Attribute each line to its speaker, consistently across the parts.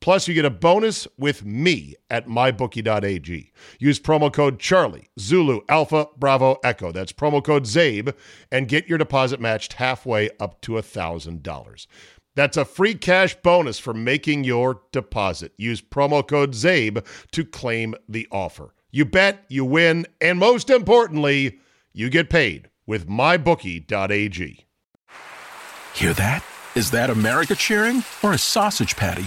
Speaker 1: Plus, you get a bonus with me at mybookie.ag. Use promo code Charlie, Zulu, Alpha, Bravo, Echo. That's promo code ZABE and get your deposit matched halfway up to $1,000. That's a free cash bonus for making your deposit. Use promo code ZABE to claim the offer. You bet, you win, and most importantly, you get paid with mybookie.ag.
Speaker 2: Hear that? Is that America cheering or a sausage patty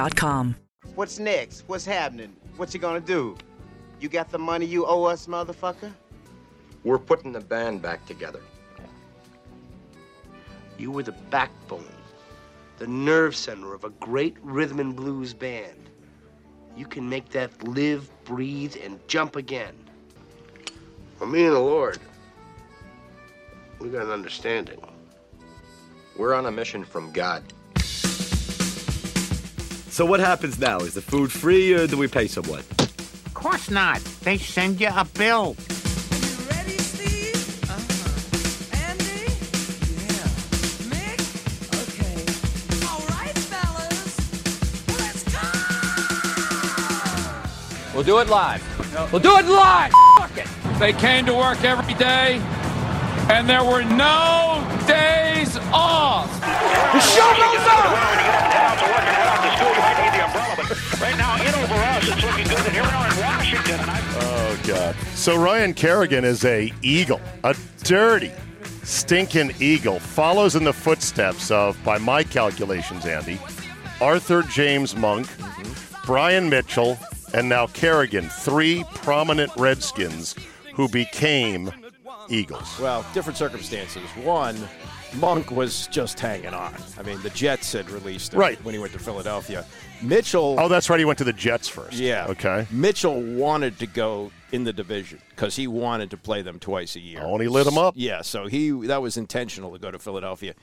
Speaker 3: What's next? What's happening? What you gonna do? You got the money you owe us, motherfucker?
Speaker 4: We're putting the band back together.
Speaker 3: You were the backbone, the nerve center of a great rhythm and blues band. You can make that live, breathe, and jump again.
Speaker 4: For me and the Lord, we got an understanding. We're on a mission from God.
Speaker 5: So what happens now? Is the food free or do we pay someone?
Speaker 6: Of course not. They send you a bill.
Speaker 7: We'll do it live. We'll do it live. Fuck it. They came to work every day, and there were no days off. The show goes on.
Speaker 8: Right now, in over us, it's looking good. And here we are in Washington. And I...
Speaker 1: Oh, God. So Ryan Kerrigan is a eagle, a dirty, stinking eagle, follows in the footsteps of, by my calculations, Andy, Arthur James Monk, Brian Mitchell, and now Kerrigan, three prominent Redskins who became Eagles.
Speaker 9: Well, different circumstances. One, Monk was just hanging on. I mean, the Jets had released him
Speaker 1: Right.
Speaker 9: when he went to Philadelphia. Mitchell,
Speaker 1: Oh, that's right. He went to the Jets first.
Speaker 9: yeah,
Speaker 1: Okay.
Speaker 9: Mitchell wanted to go in the division because he wanted to play them twice a year.
Speaker 1: Oh, and he lit 'em up.
Speaker 9: Yeah, so he that was intentional to go to Philadelphia.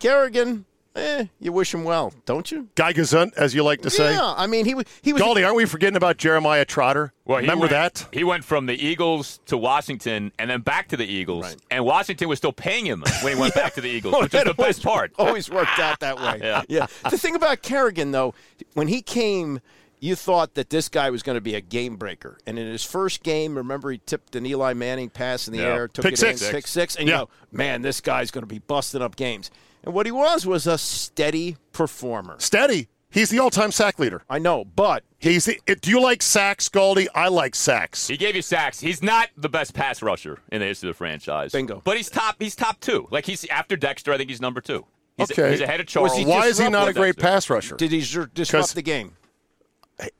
Speaker 9: Kerrigan, eh, you wish him well, don't you?
Speaker 1: Guy Gazunt, as you like to say.
Speaker 9: yeah, I mean, he wa- he was
Speaker 1: Goldie, aren't we forgetting about Jeremiah Trotter?
Speaker 10: Well, he
Speaker 1: Remember
Speaker 10: went-
Speaker 1: that?
Speaker 10: He went from the Eagles to Washington and then back to the Eagles.
Speaker 9: Right.
Speaker 10: And Washington was still paying him when he went back to the Eagles,
Speaker 9: Oh,
Speaker 10: which is
Speaker 9: that
Speaker 10: the best part.
Speaker 9: always worked out that way. yeah. The thing about Kerrigan, though, when he came, you thought that this guy was going to be a game breaker. And in his first game, remember he tipped an Eli Manning pass in the
Speaker 10: Yeah.
Speaker 9: air, took
Speaker 1: Pick
Speaker 9: it
Speaker 1: six.
Speaker 9: in, pick six, and
Speaker 1: Yeah.
Speaker 9: you go, man, this guy's going to be busting up games. And what he was was a steady performer.
Speaker 1: Steady. He's the all time sack leader.
Speaker 9: I know, but
Speaker 1: He's the, it- do you like sacks, Goldie? I like sacks.
Speaker 10: He gave you sacks. He's not the best pass rusher in the history of the franchise.
Speaker 9: Bingo.
Speaker 10: But he's top. He's top two. Like he's after Dexter. I think he's number two. He's,
Speaker 1: Okay.
Speaker 10: He's ahead of Charles.
Speaker 9: he
Speaker 1: Why is he not a
Speaker 10: Dexter.
Speaker 1: great pass rusher?
Speaker 9: did he dis-
Speaker 1: 'Cause-
Speaker 9: disrupt the game?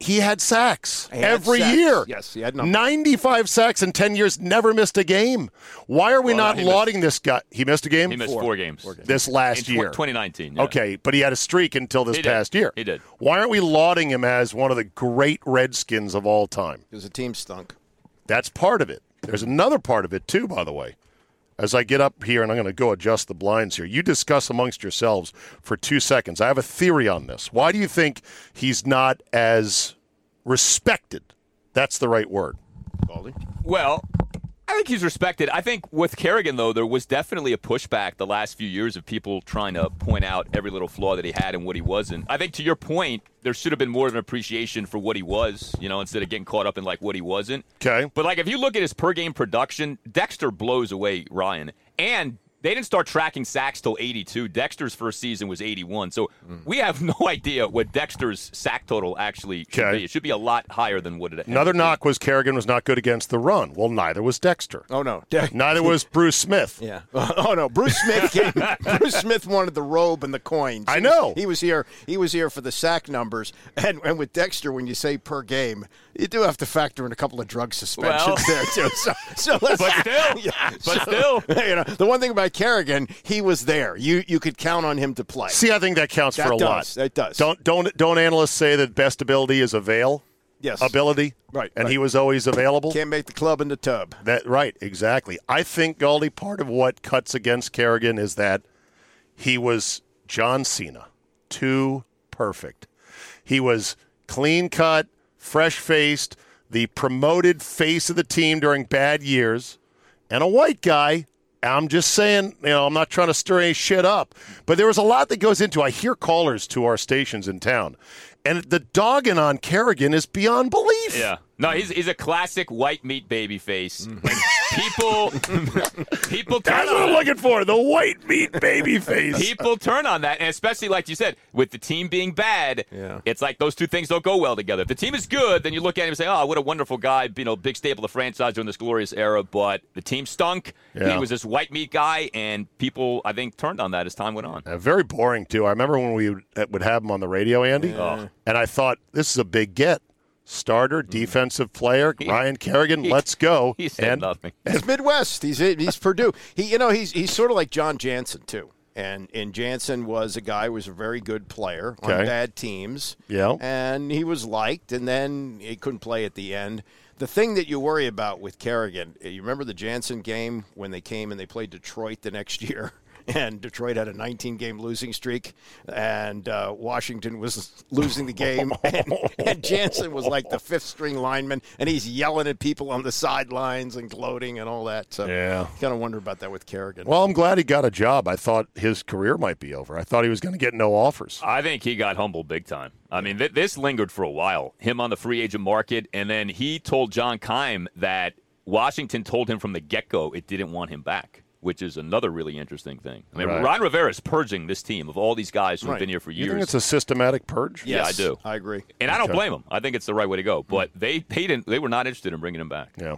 Speaker 1: He had sacks
Speaker 9: He had
Speaker 1: every
Speaker 9: sacks.
Speaker 1: year.
Speaker 9: Yes, he had numbers.
Speaker 1: 95 sacks in 10 years, never missed a game. Why are we
Speaker 10: Well,
Speaker 1: not
Speaker 10: he missed-
Speaker 1: lauding this guy? He missed a game?
Speaker 10: He missed four, games.
Speaker 1: This last
Speaker 10: In tw-
Speaker 1: year.
Speaker 10: 2019. yeah.
Speaker 1: Okay, but he had a streak until this
Speaker 10: He did.
Speaker 1: past year.
Speaker 10: He did.
Speaker 1: Why aren't we lauding him as one of the great Redskins of all time?
Speaker 9: Because the team stunk.
Speaker 1: That's part of it. There's another part of it too, by the way. As I get up here and I'm going to go adjust the blinds here, you discuss amongst yourselves for two seconds. I have a theory on this. Why do you think he's not as respected? That's the right word.
Speaker 10: Well, I think he's respected. I think with Kerrigan, though, there was definitely a pushback the last few years of people trying to point out every little flaw that he had and what he wasn't. I think to your point, there should have been more of an appreciation for what he was, you know, instead of getting caught up in like what he wasn't.
Speaker 1: Okay.
Speaker 10: But like if you look at his per game production, Dexter blows away Ryan. And they didn't start tracking sacks till 82. Dexter's first season was 81. So
Speaker 1: Hmm.
Speaker 10: we have no idea what Dexter's sack total actually should
Speaker 1: Okay.
Speaker 10: be. It should be a lot higher than what it
Speaker 1: Another knock was Kerrigan was not good against the run. Well, neither was Dexter.
Speaker 9: Oh no,
Speaker 1: neither was Bruce Smith.
Speaker 9: Yeah. Oh no, Bruce Smith came. Bruce Smith wanted the robe and the coins. I know. He was here. He was here for the sack numbers. And and with Dexter, when you say per game, you do have to factor in a couple of drug suspensions
Speaker 10: Well.
Speaker 9: there too. So, so let's,
Speaker 10: But still. But still.
Speaker 9: you know, the one thing about Kerrigan, he was there. You you could count on him to play.
Speaker 1: See, I think that counts
Speaker 9: That
Speaker 1: for a
Speaker 9: does,
Speaker 1: lot.
Speaker 9: That does.
Speaker 1: Don't don't don't analysts say that best ability is avail?
Speaker 9: Yes.
Speaker 1: Ability.
Speaker 9: Right,
Speaker 1: And
Speaker 9: right.
Speaker 1: he was always available.
Speaker 9: Can't make the club in the tub.
Speaker 1: That right, exactly. I think Galdi part of what cuts against Kerrigan is that he was John Cena, too perfect. He was clean cut, fresh faced, the promoted face of the team during bad years, and a white guy. I'm just saying, you know, I'm not trying to stir any shit up, but there was a lot that goes into. I hear callers to our stations in town, and the dogging on Kerrigan is beyond belief.
Speaker 10: Yeah. No, he's he's a classic white meat baby face. And people people turn
Speaker 1: Mm. That's
Speaker 10: on
Speaker 1: what I'm
Speaker 10: that.
Speaker 1: looking for. The white meat baby face.
Speaker 10: People turn on that, and especially like you said, with the team being bad, it's like those two things don't go well together. If the team is good, then you look at him and say, "Oh, what a wonderful guy! You know, big staple of the franchise during this glorious era." But the team stunk.
Speaker 1: Yeah.
Speaker 10: He was this white meat guy, and people, I think, turned on that as time went on.
Speaker 1: Uh, very boring too. I remember when we would, uh, would have him on the radio, Andy,
Speaker 10: Yeah.
Speaker 1: and I thought this is a big get. Starter, defensive player, Ryan Kerrigan. let's go. Mm. He said and, nothing.
Speaker 9: He's Midwest. He's he's Purdue. He you know he's he's sort of like John Jansen too. And and Jansen was a guy who was a very good player on
Speaker 1: Okay.
Speaker 9: bad teams.
Speaker 1: Yeah.
Speaker 9: And he was liked and then he couldn't play at the end. The thing that you worry about with Kerrigan, eh, you remember the Jansen game when they came and they played Detroit the next year? And Detroit had a 19 game losing streak, and uh, Washington was losing the game. And, and Jansen was like the fifth string lineman, and he's yelling at people on the sidelines and gloating and all that. So,
Speaker 1: Yeah.
Speaker 9: kind of wonder about that with Kerrigan.
Speaker 1: Well, I'm glad he got a job. I thought his career might be over. I thought he was going to get no offers.
Speaker 10: I think he got humbled big time. I mean, th- this lingered for a while. Him on the free agent market, and then he told John Kime that Washington told him from the get go it didn't want him back, which is another really interesting thing. I mean,
Speaker 1: Right.
Speaker 10: Ron Rivera is purging this team of all these guys who've been here for
Speaker 1: You think
Speaker 10: years.
Speaker 1: it's a systematic purge?
Speaker 10: yeah, I do.
Speaker 9: I agree,
Speaker 10: and I don't
Speaker 1: Okay. Mm.
Speaker 10: blame him. I think it's the right way to go. But they they didn't. They were not interested in bringing him back.
Speaker 1: Yeah.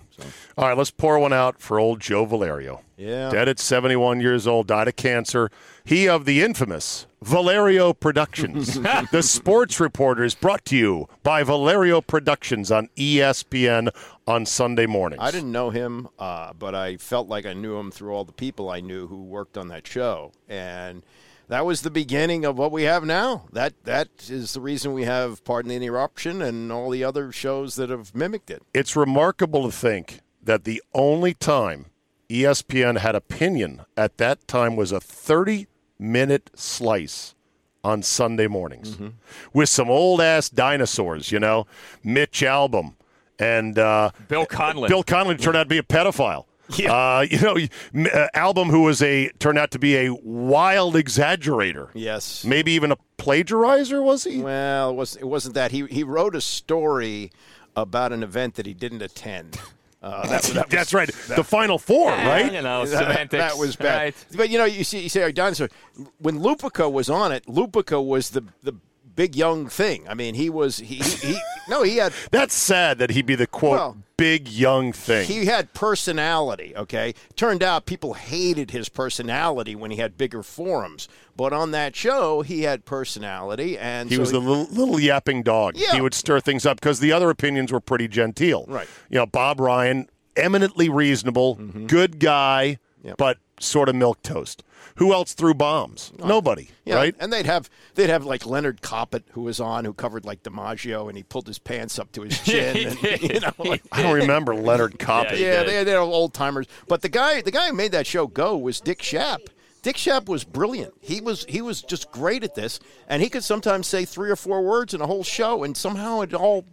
Speaker 1: All right, let's pour one out for old Joe Valerio.
Speaker 9: Yeah.
Speaker 1: Dead at 71 years old, died of cancer. He of the infamous Valerio Productions. the sports reporter is brought to you by Valerio Productions on E ESPN on Sunday mornings.
Speaker 9: I didn't know him, uh, but I felt like I knew him through all the people I knew who worked on that show, and that was the beginning of what we have now. That that is the reason we have Pardon the Interruption and all the other shows that have mimicked it.
Speaker 1: It's remarkable to think that the only time E ESPN had opinion at that time was a 30 minute slice on Sunday mornings
Speaker 9: Mm-hmm.
Speaker 1: with some old ass dinosaurs, you know, Mitch Album and uh,
Speaker 10: Bill Conlon.
Speaker 1: Bill Conlon turned out to be a pedophile. Uh, you know, M- uh, Album, who was a turned out to be a wild exaggerator,
Speaker 9: Yes.
Speaker 1: maybe even a plagiarizer, was he?
Speaker 9: Well, it was it wasn't that he he wrote a story about an event that he didn't attend. Uh, that, that was-
Speaker 1: That's right, the Final Four, right?
Speaker 10: You know,
Speaker 9: That-
Speaker 10: Oh, semantics.
Speaker 9: That was bad.
Speaker 10: right?
Speaker 9: But you know, you see, you say dinosaur. When Lupica was on it, Lupica was the the big young thing. I mean, he was he he. he No, he had
Speaker 1: That's sad that he'd be the quote
Speaker 9: Well-
Speaker 1: big young thing.
Speaker 9: He had personality, okay? Turned out people hated his personality when he had bigger forums. But on that show, he had personality and
Speaker 1: he
Speaker 9: so
Speaker 1: was the little, little yapping dog.
Speaker 9: Yeah.
Speaker 1: He would stir things up because the other opinions were pretty genteel.
Speaker 9: Right. Mm-hmm.
Speaker 1: You know, Bob Ryan, eminently reasonable, good guy, but sort of milk toast. Who else threw bombs? Nobody.
Speaker 9: Yeah,
Speaker 1: Right.
Speaker 9: and they'd have they'd have like Leonard Coppett who was on who covered like DiMaggio and he pulled his pants up to his chin. and, you know, like,
Speaker 1: I don't remember Leonard Coppett.
Speaker 9: yeah, they they're old timers. But the guy the guy who made that show go was Dick Shapp. Dick Shapp was brilliant. He was he was just great at this, and he could sometimes say three or four words in a whole show, and somehow it all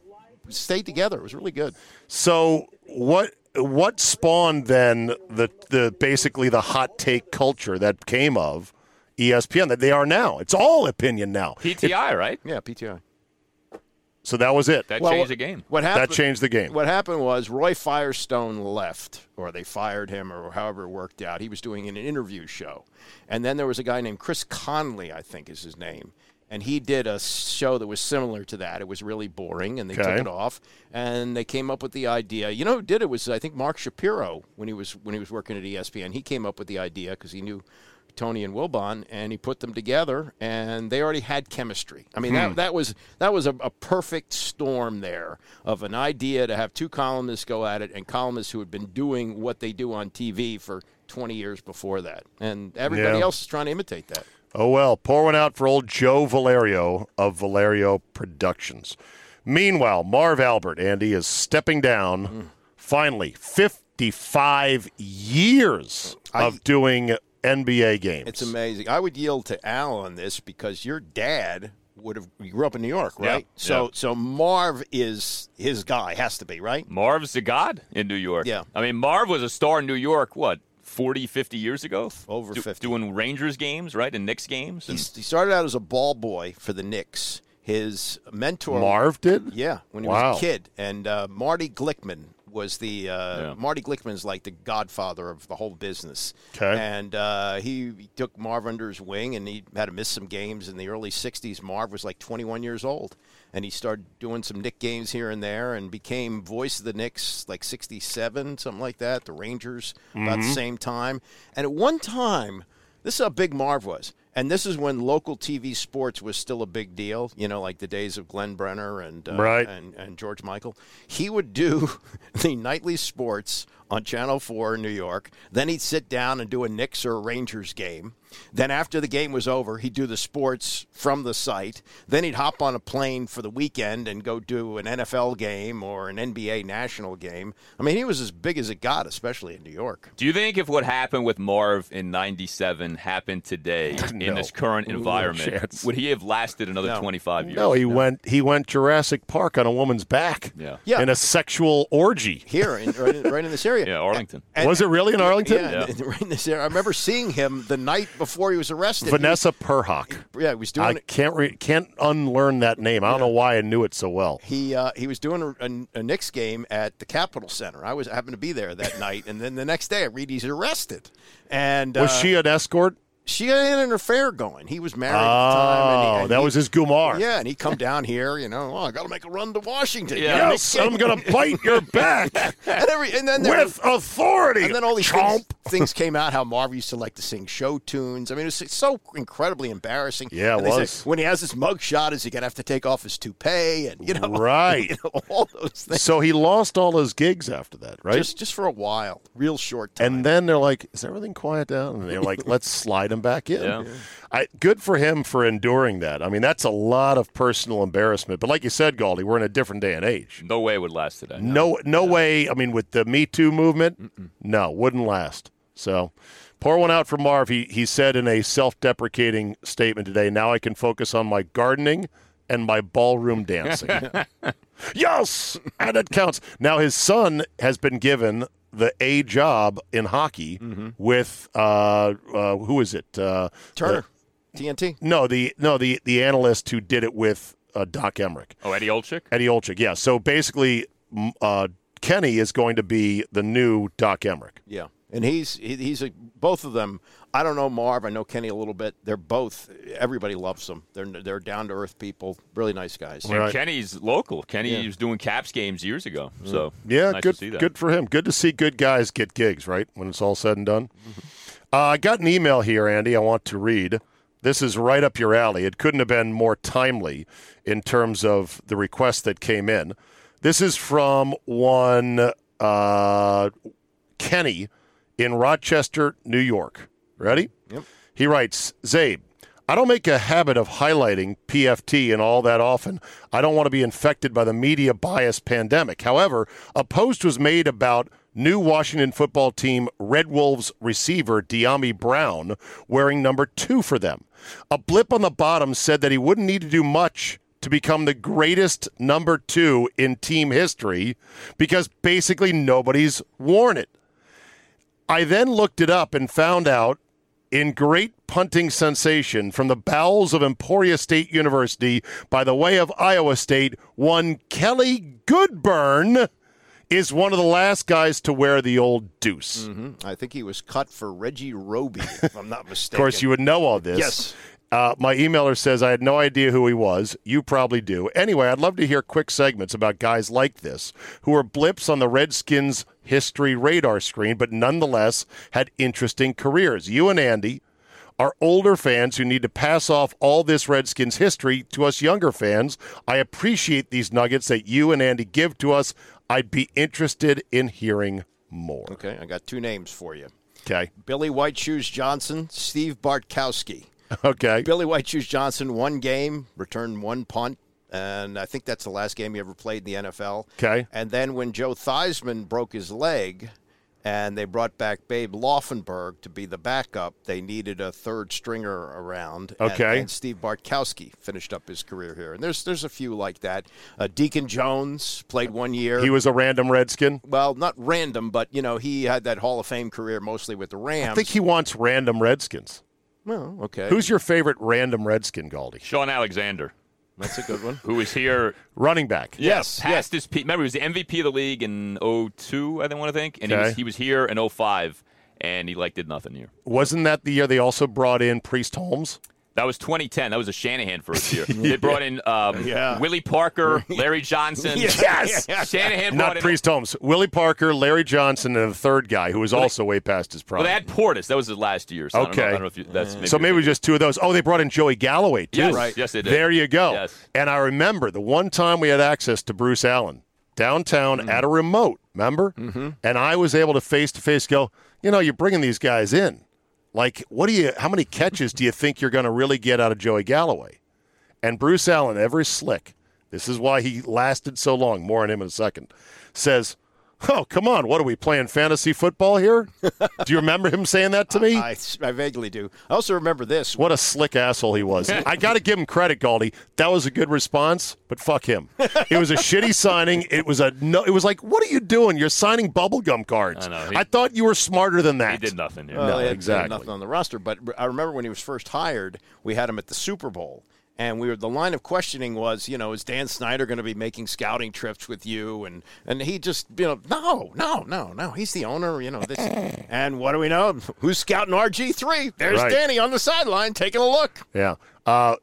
Speaker 9: stayed together. It was really good.
Speaker 1: So what what spawned then the the basically the hot take culture that came of E ESPN that they are now? It's all opinion now.
Speaker 10: PTI, right?
Speaker 9: Yeah, PTI.
Speaker 1: So that was it.
Speaker 10: That
Speaker 9: Well,
Speaker 10: changed the game.
Speaker 9: What happened?
Speaker 1: That changed the game.
Speaker 9: What happened was Roy Firestone left, or they fired him, or however it worked out. He was doing an interview show, and then there was a guy named Chris Conley, I think is his name, and he did a show that was similar to that. It was really boring, and they took
Speaker 1: Okay.
Speaker 9: it off, and they came up with the idea. You know, who did it was I think Mark Shapiro when he was when he was working at E ESPN. He came up with the idea because he knew. Tony and Wilbon, and he put them together, and they already had chemistry. I mean,
Speaker 1: Hmm.
Speaker 9: that, that was that was a, a perfect storm there of an idea to have two columnists go at it, and columnists who had been doing what they do on TV for 20 years before that, and everybody
Speaker 1: Yeah.
Speaker 9: else is trying to imitate that.
Speaker 1: Oh well, pour one out for old Joe Valerio of Valerio Productions. Meanwhile, Marv Albert, Andy, is stepping down finally 55 years of doing NBA games.
Speaker 9: It's amazing. I would yield to Al on this because your dad would have you grew up in New York,
Speaker 10: Yeah,
Speaker 9: right? So
Speaker 10: yeah.
Speaker 9: so Marv is his guy, has to be right.
Speaker 10: Marv's the god in New York.
Speaker 9: Yeah.
Speaker 10: I mean, Marv was a star in New York, what, 40, 50 years ago?
Speaker 9: Over 50.
Speaker 10: Doing Rangers games, right? And Knicks games. And
Speaker 9: He's, he started out as a ball boy for the Knicks. His mentor
Speaker 1: Marv did?
Speaker 9: Yeah, when he
Speaker 1: Wow.
Speaker 9: was a kid, and uh, Marty Glickman was the uh,
Speaker 1: Yeah.
Speaker 9: Marty Glickman's like the godfather of the whole business.
Speaker 1: 'Kay.
Speaker 9: and uh, he he took Marv under his wing, and he had to miss some games in the early '60s. Marv was like 21 years old, and he started doing some Nick games here and there, and became voice of the Knicks like '67, something like that. The Rangers about
Speaker 1: Mm-hmm.
Speaker 9: the
Speaker 11: Mhm.
Speaker 9: same time, and at one time. This is how big Marv was. And this is when local TV sports was still a big deal, you know, like the days of Glenn Brenner and uh,
Speaker 1: Right.
Speaker 9: and, and George Michael. He would do the nightly sports on Channel 4 in New York. Then he'd sit down and do a Knicks or a Rangers game. Then after the game was over, he'd do the sports from the site. Then he'd hop on a plane for the weekend and go do an NFL game or an NBA national game. I mean, he was as big as it got, especially in New York.
Speaker 10: Do you think if what happened with Marv in 97 happened today in this current
Speaker 1: No
Speaker 10: environment,
Speaker 1: chance.
Speaker 10: would he have lasted another 25 years?
Speaker 1: No, he went he went Jurassic Park on a woman's back.
Speaker 10: Yeah.
Speaker 9: Yeah.
Speaker 1: In a sexual orgy.
Speaker 9: Here, in, right, in- right in this area.
Speaker 10: Yeah, Arlington.
Speaker 1: was it really in Arlington?
Speaker 9: Yeah, right in this area. I remember seeing him the night before he was arrested. He was-
Speaker 1: Vanessa Perhock.
Speaker 9: yeah, he was doing
Speaker 1: I
Speaker 9: it.
Speaker 1: can't re- can't unlearn that name. I don't know why I knew it so well.
Speaker 9: He uh, he was doing a, a, a Knicks game at the Capitol Center. I was happened to be there that night, and then the next day I read he's arrested. And
Speaker 1: was
Speaker 9: uh,
Speaker 1: she an escort?
Speaker 9: She had an affair going. He was married at the time. And he,
Speaker 1: Oh,
Speaker 9: and
Speaker 1: that
Speaker 9: he-
Speaker 1: was his Gumar.
Speaker 9: Yeah, and he come down here. You know, oh, I got to make a run to Washington. you know,
Speaker 1: Yes,
Speaker 9: Knicks game.
Speaker 1: I'm gonna bite your back.
Speaker 9: and every and then there,
Speaker 1: With authority,
Speaker 9: And then all these things, things came out how Marv used to like to sing show tunes. I mean, it was so incredibly embarrassing.
Speaker 1: Yeah, it
Speaker 9: And they said,
Speaker 1: was.
Speaker 9: when he has his mug shot, is he gonna have to take off his toupee and you know,
Speaker 1: Right.
Speaker 9: you know, all those things.
Speaker 1: So he lost all his gigs after that, right?
Speaker 9: Just just for a while, real short time.
Speaker 1: and then they're like, "Is everything quiet down?" And they're like, "Let's slide him back in."
Speaker 9: Yeah.
Speaker 1: I, good for him for enduring that. I mean, that's a lot of personal embarrassment. But like you said, Galdi, we're in a different day and age.
Speaker 10: No way it would last today.
Speaker 1: No, no way. I mean, with the Me Too movement, no, wouldn't last. So, pour one out for Marv. He he said in a self-deprecating statement today. Now I can focus on my gardening and my ballroom dancing. yes, and it counts. Now his son has been given the A job in hockey with uh, uh, who is it? Uh,
Speaker 9: Turner. TNT.
Speaker 1: the- no, the no the the analyst who did it with uh, Doc Emmerich.
Speaker 10: Oh, Eddie Olczyk?
Speaker 1: Eddie Olczyk, yeah. So basically, m- uh, Kenny is going to be the new Doc Emmerich.
Speaker 9: Yeah. and he's he- he's a, both of them. I don't know Marv. I know Kenny a little bit. They're both. Everybody loves them. They're they're down to earth people. Really nice guys.
Speaker 10: And Kenny's local. Kenny
Speaker 9: Yeah. Mm.
Speaker 10: was doing Caps games years ago. So
Speaker 1: Yeah,
Speaker 10: nice
Speaker 1: good,
Speaker 10: To see that.
Speaker 1: good for him. Good to see good guys get gigs, right? When it's all said and done.
Speaker 10: Mm-hmm.
Speaker 1: Uh, I got an email here, Andy, I want to read. This is right up your alley. It couldn't have been more timely in terms of the request that came in. This is from one uh, Kenny in Rochester, New York. Ready? Yep. He writes, Zabe, I don't make a habit of highlighting PFT and all that often. I don't want to be infected by the media bias pandemic. However, a post was made about new Washington football team Red Wolves receiver Deami Brown wearing number two for them. A blip on the bottom said that he wouldn't need to do much to become the greatest number two in team history because basically nobody's worn it. I then looked it up and found out in great punting sensation from the bowels of Emporia State University by the way of Iowa State, one Kelly Goodburn is one of the last guys to wear the old deuce.
Speaker 9: I think he was cut for Reggie Roby, if I'm not
Speaker 1: Of
Speaker 9: mistaken.
Speaker 1: course, you would know all this.
Speaker 9: Yes.
Speaker 1: Uh, my emailer says I had no idea who he was. You probably do. Anyway, I'd love to hear quick segments about guys like this who are blips on the Redskins' history radar screen, but nonetheless had interesting careers. You and Andy are older fans who need to pass off all this Redskins history to us younger fans. I appreciate these nuggets that you and Andy give to us. I'd be interested in hearing more.
Speaker 9: Okay, I got two names for you.
Speaker 1: Okay.
Speaker 9: Billy White Shoes Johnson, Steve Bartkowski.
Speaker 1: Okay.
Speaker 9: Billy White Shoes Johnson, one game, returned one punt, and I think that's the last game he ever played in the NFL.
Speaker 1: Okay.
Speaker 9: And then when Joe Theismann broke his leg and they brought back Babe Laufenberg to be the backup, they needed a third stringer around. and-
Speaker 1: Okay.
Speaker 9: and Steve Bartkowski finished up his career here. And there's there's a few like that. Uh, Deacon Jones played one year.
Speaker 1: He was a random Redskin.
Speaker 9: well, not random, but you know he had that Hall of Fame career mostly with the Rams.
Speaker 1: I think he wants random Redskins.
Speaker 9: Well, okay.
Speaker 1: Who's your favorite random Redskin, Galdi?
Speaker 10: Sean Alexander,
Speaker 9: That's a good one.
Speaker 10: who was here
Speaker 1: Running back.
Speaker 10: Yes, past his peak. Remember, he was the MVP of the league in 02, I think, want to think, and he,
Speaker 1: Okay.
Speaker 10: was, he was here in 05, and he like did nothing here.
Speaker 1: Wasn't that the year they also brought in Priest Holmes?
Speaker 10: That was 2010. That was a Shanahan first year. They brought in um,
Speaker 1: Yeah.
Speaker 10: Willie Parker, Larry Johnson.
Speaker 1: Yes!
Speaker 10: Shanahan
Speaker 1: Not
Speaker 10: brought in.
Speaker 1: Priest Holmes. Willie Parker, Larry Johnson, and a third guy who was also way past his prime.
Speaker 10: well, they had Portis. That was his last year. So
Speaker 1: okay.
Speaker 10: I don't know, I don't know if you, that's maybe
Speaker 1: so maybe it was just two of those. Oh, they brought in Joey Galloway too.
Speaker 10: Yes, Right. yes, they did.
Speaker 1: There you go.
Speaker 10: Yes.
Speaker 1: And I remember the one time we had access to Bruce Allen downtown
Speaker 10: Mm-hmm.
Speaker 1: at a remote. Remember? Mm-hmm. And I was able to face to face go. You know, you're bringing these guys in. Like, what do you? How many catches do you think you're going to really get out of Joey Galloway? And Bruce Allen, every slick. This is why he lasted so long. More on him in a second. Says. Oh, come on. What are we playing fantasy football here? Do you remember him saying that to me?
Speaker 9: I, I vaguely do. I also remember this.
Speaker 1: What a slick asshole he was. I got to give him credit, Galdi. That was a good response, but fuck him. It was a shitty signing. It was a no. It was like, what are you doing? You're signing bubblegum cards. I,
Speaker 10: know. He-
Speaker 1: thought you were smarter than that.
Speaker 10: he did nothing here.
Speaker 9: Well,
Speaker 1: no,
Speaker 9: they had- they had
Speaker 1: exactly.
Speaker 9: Nothing on the roster, but I remember when he was first hired, we had him at the Super Bowl, and we were the line of questioning was, you know, is Dan Snyder going to be making scouting trips with you? And and he just, you know, no, no, no, no. He's the owner, you know. This, and what do we know? Who's scouting RG three? There's
Speaker 1: Right.
Speaker 9: Danny on the sideline taking a look.
Speaker 1: Yeah. Uh,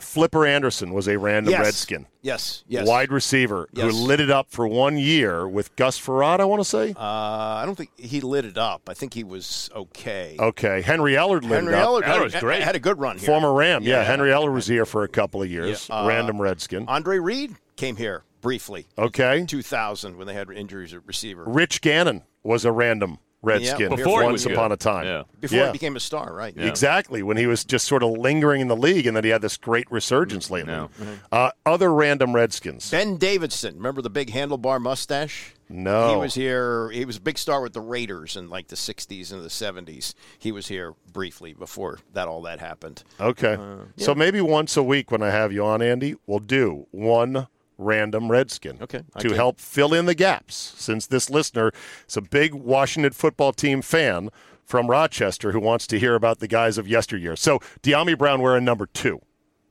Speaker 1: Flipper Anderson was a random
Speaker 9: Yes.
Speaker 1: Redskin.
Speaker 9: Yes, yes.
Speaker 1: Wide receiver
Speaker 9: Yes.
Speaker 1: who lit it up for one year with Gus Farad, I want to say.
Speaker 9: Uh, I don't think he lit it up. I think he was okay.
Speaker 1: okay. Henry Ellard lit
Speaker 9: Henry
Speaker 1: it up.
Speaker 9: Ellard had, had a good run here.
Speaker 1: Former Ram. Yeah. Henry Ellard was here for a couple of years.
Speaker 9: Yeah. Uh,
Speaker 1: random Redskin.
Speaker 9: Andre Reed came here briefly.
Speaker 1: Okay.
Speaker 9: 2000 when they had injuries at receiver.
Speaker 1: Rich Gannon was a random Redskin
Speaker 9: Yeah, before he
Speaker 1: once
Speaker 9: was good.
Speaker 1: upon a time.
Speaker 10: Yeah.
Speaker 9: Before
Speaker 1: Yeah.
Speaker 9: he became a star, right?
Speaker 1: Exactly, when he was just sort of lingering in the league and then he had this great resurgence
Speaker 9: Mm-hmm.
Speaker 1: lately. Uh, other random Redskins.
Speaker 9: Ben Davidson, remember the big handlebar mustache?
Speaker 1: No.
Speaker 9: He was here. He was a big star with the Raiders in like the 60s and the 70s. He was here briefly before that all that happened.
Speaker 1: Okay.
Speaker 9: Uh,
Speaker 1: So maybe once a week when I have you on, Andy, we'll do one random Redskin
Speaker 9: Okay, I
Speaker 1: to
Speaker 9: can-
Speaker 1: help fill in the gaps since this listener is a big Washington football team fan from Rochester who wants to hear about the guys of yesteryear. So, Deami Brown wearing number two.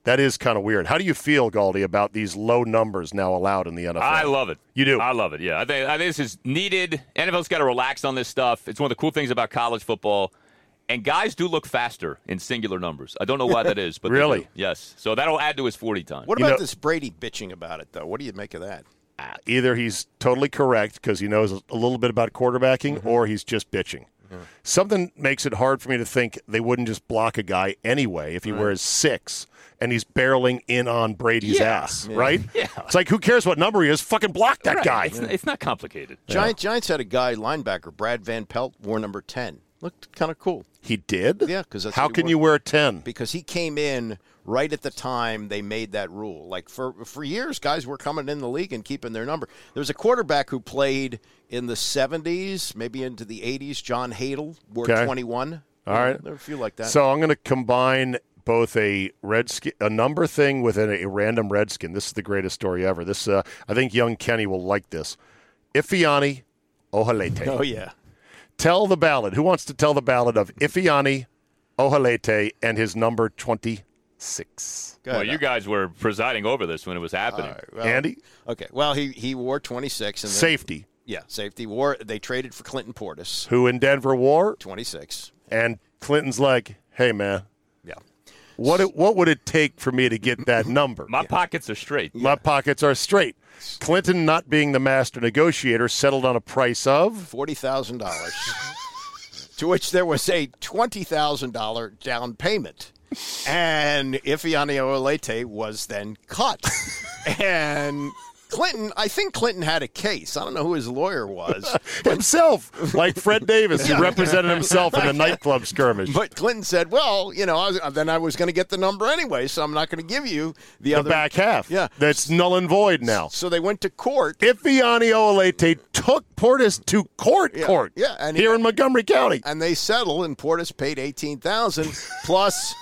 Speaker 1: That is kind of weird. How do you feel, Galdi, about these low numbers now allowed in the NFL?
Speaker 10: I love it.
Speaker 1: You do.
Speaker 10: I love it. Yeah, I think, I think this is needed. NFL's got to relax on this stuff. It's one of the cool things about college football. And guys do look faster in singular numbers. I don't know why that is, but they
Speaker 1: Really?
Speaker 10: do. yes. So that'll add to his forty time.
Speaker 9: What about this Brady bitching about it though? What do you make of that?
Speaker 1: Uh, Either he's totally correct because he knows a little bit about quarterbacking, or he's just bitching. Something makes it hard for me to think they wouldn't just block a guy anyway if he wears six and he's barreling in on Brady's
Speaker 10: Yeah.
Speaker 1: ass,
Speaker 10: Yeah.
Speaker 1: right?
Speaker 10: Yeah.
Speaker 1: It's like, who cares what number he is? Fucking block that
Speaker 10: Right.
Speaker 1: guy.
Speaker 10: It's, it's not complicated.
Speaker 9: Giants Giants had a guy linebacker Brad Van Pelt wore number ten. Looked kind of cool.
Speaker 1: He did?
Speaker 9: Yeah, because
Speaker 1: How can you wear 10?
Speaker 9: Because he came in right at the time they made that rule. Like for for years, guys were coming in the league and keeping their number. There was a quarterback who played in the '70s, maybe into the '80s. John Hadel wore
Speaker 1: Okay.
Speaker 9: 21.
Speaker 1: All right.
Speaker 9: there were a few like that.
Speaker 1: So I'm going to combine both a redskin, a number thing with a, a random redskin. This is the greatest story ever. This uh, I think young Kenny will like this. Ifiani Ohalete.
Speaker 9: Oh, yeah.
Speaker 1: Tell the ballad. Who wants to tell the ballad of Ifiani Ohalete and his number 26?
Speaker 10: Well, you guys were presiding over this when it was happening.
Speaker 9: Well, Okay. Well, he he wore 26 and then-
Speaker 1: Safety.
Speaker 9: Yeah, safety. Wore they traded for Clinton Portis.
Speaker 1: Who in Denver wore
Speaker 9: 26.
Speaker 1: And Clinton's like, "Hey man,
Speaker 9: Yeah.
Speaker 1: what it, what would it take for me to get that number?"
Speaker 10: My pockets are straight.
Speaker 1: My pockets are straight. Clinton, not being the master negotiator, settled on a price of
Speaker 9: forty thousand dollars, to which there was a twenty thousand dollar down payment, and Ifiani Olete was then cut, and. Clinton, I think Clinton had a case. I don't know who his lawyer was.
Speaker 1: himself, like Fred Davis, who
Speaker 9: Yeah.
Speaker 1: represented himself in a nightclub skirmish.
Speaker 9: But Clinton said, "Well, you know, I was, then I was going to get the number anyway, so I'm not going to give you the,
Speaker 1: the
Speaker 9: other
Speaker 1: back half.
Speaker 9: Yeah.
Speaker 1: That's null and void now.
Speaker 9: So they went to court.
Speaker 1: Ifiani Olete took Portis to court
Speaker 9: Yeah,
Speaker 1: court
Speaker 9: yeah, and he-
Speaker 1: here in Montgomery County.
Speaker 9: and they settle, and Portis paid eighteen thousand plus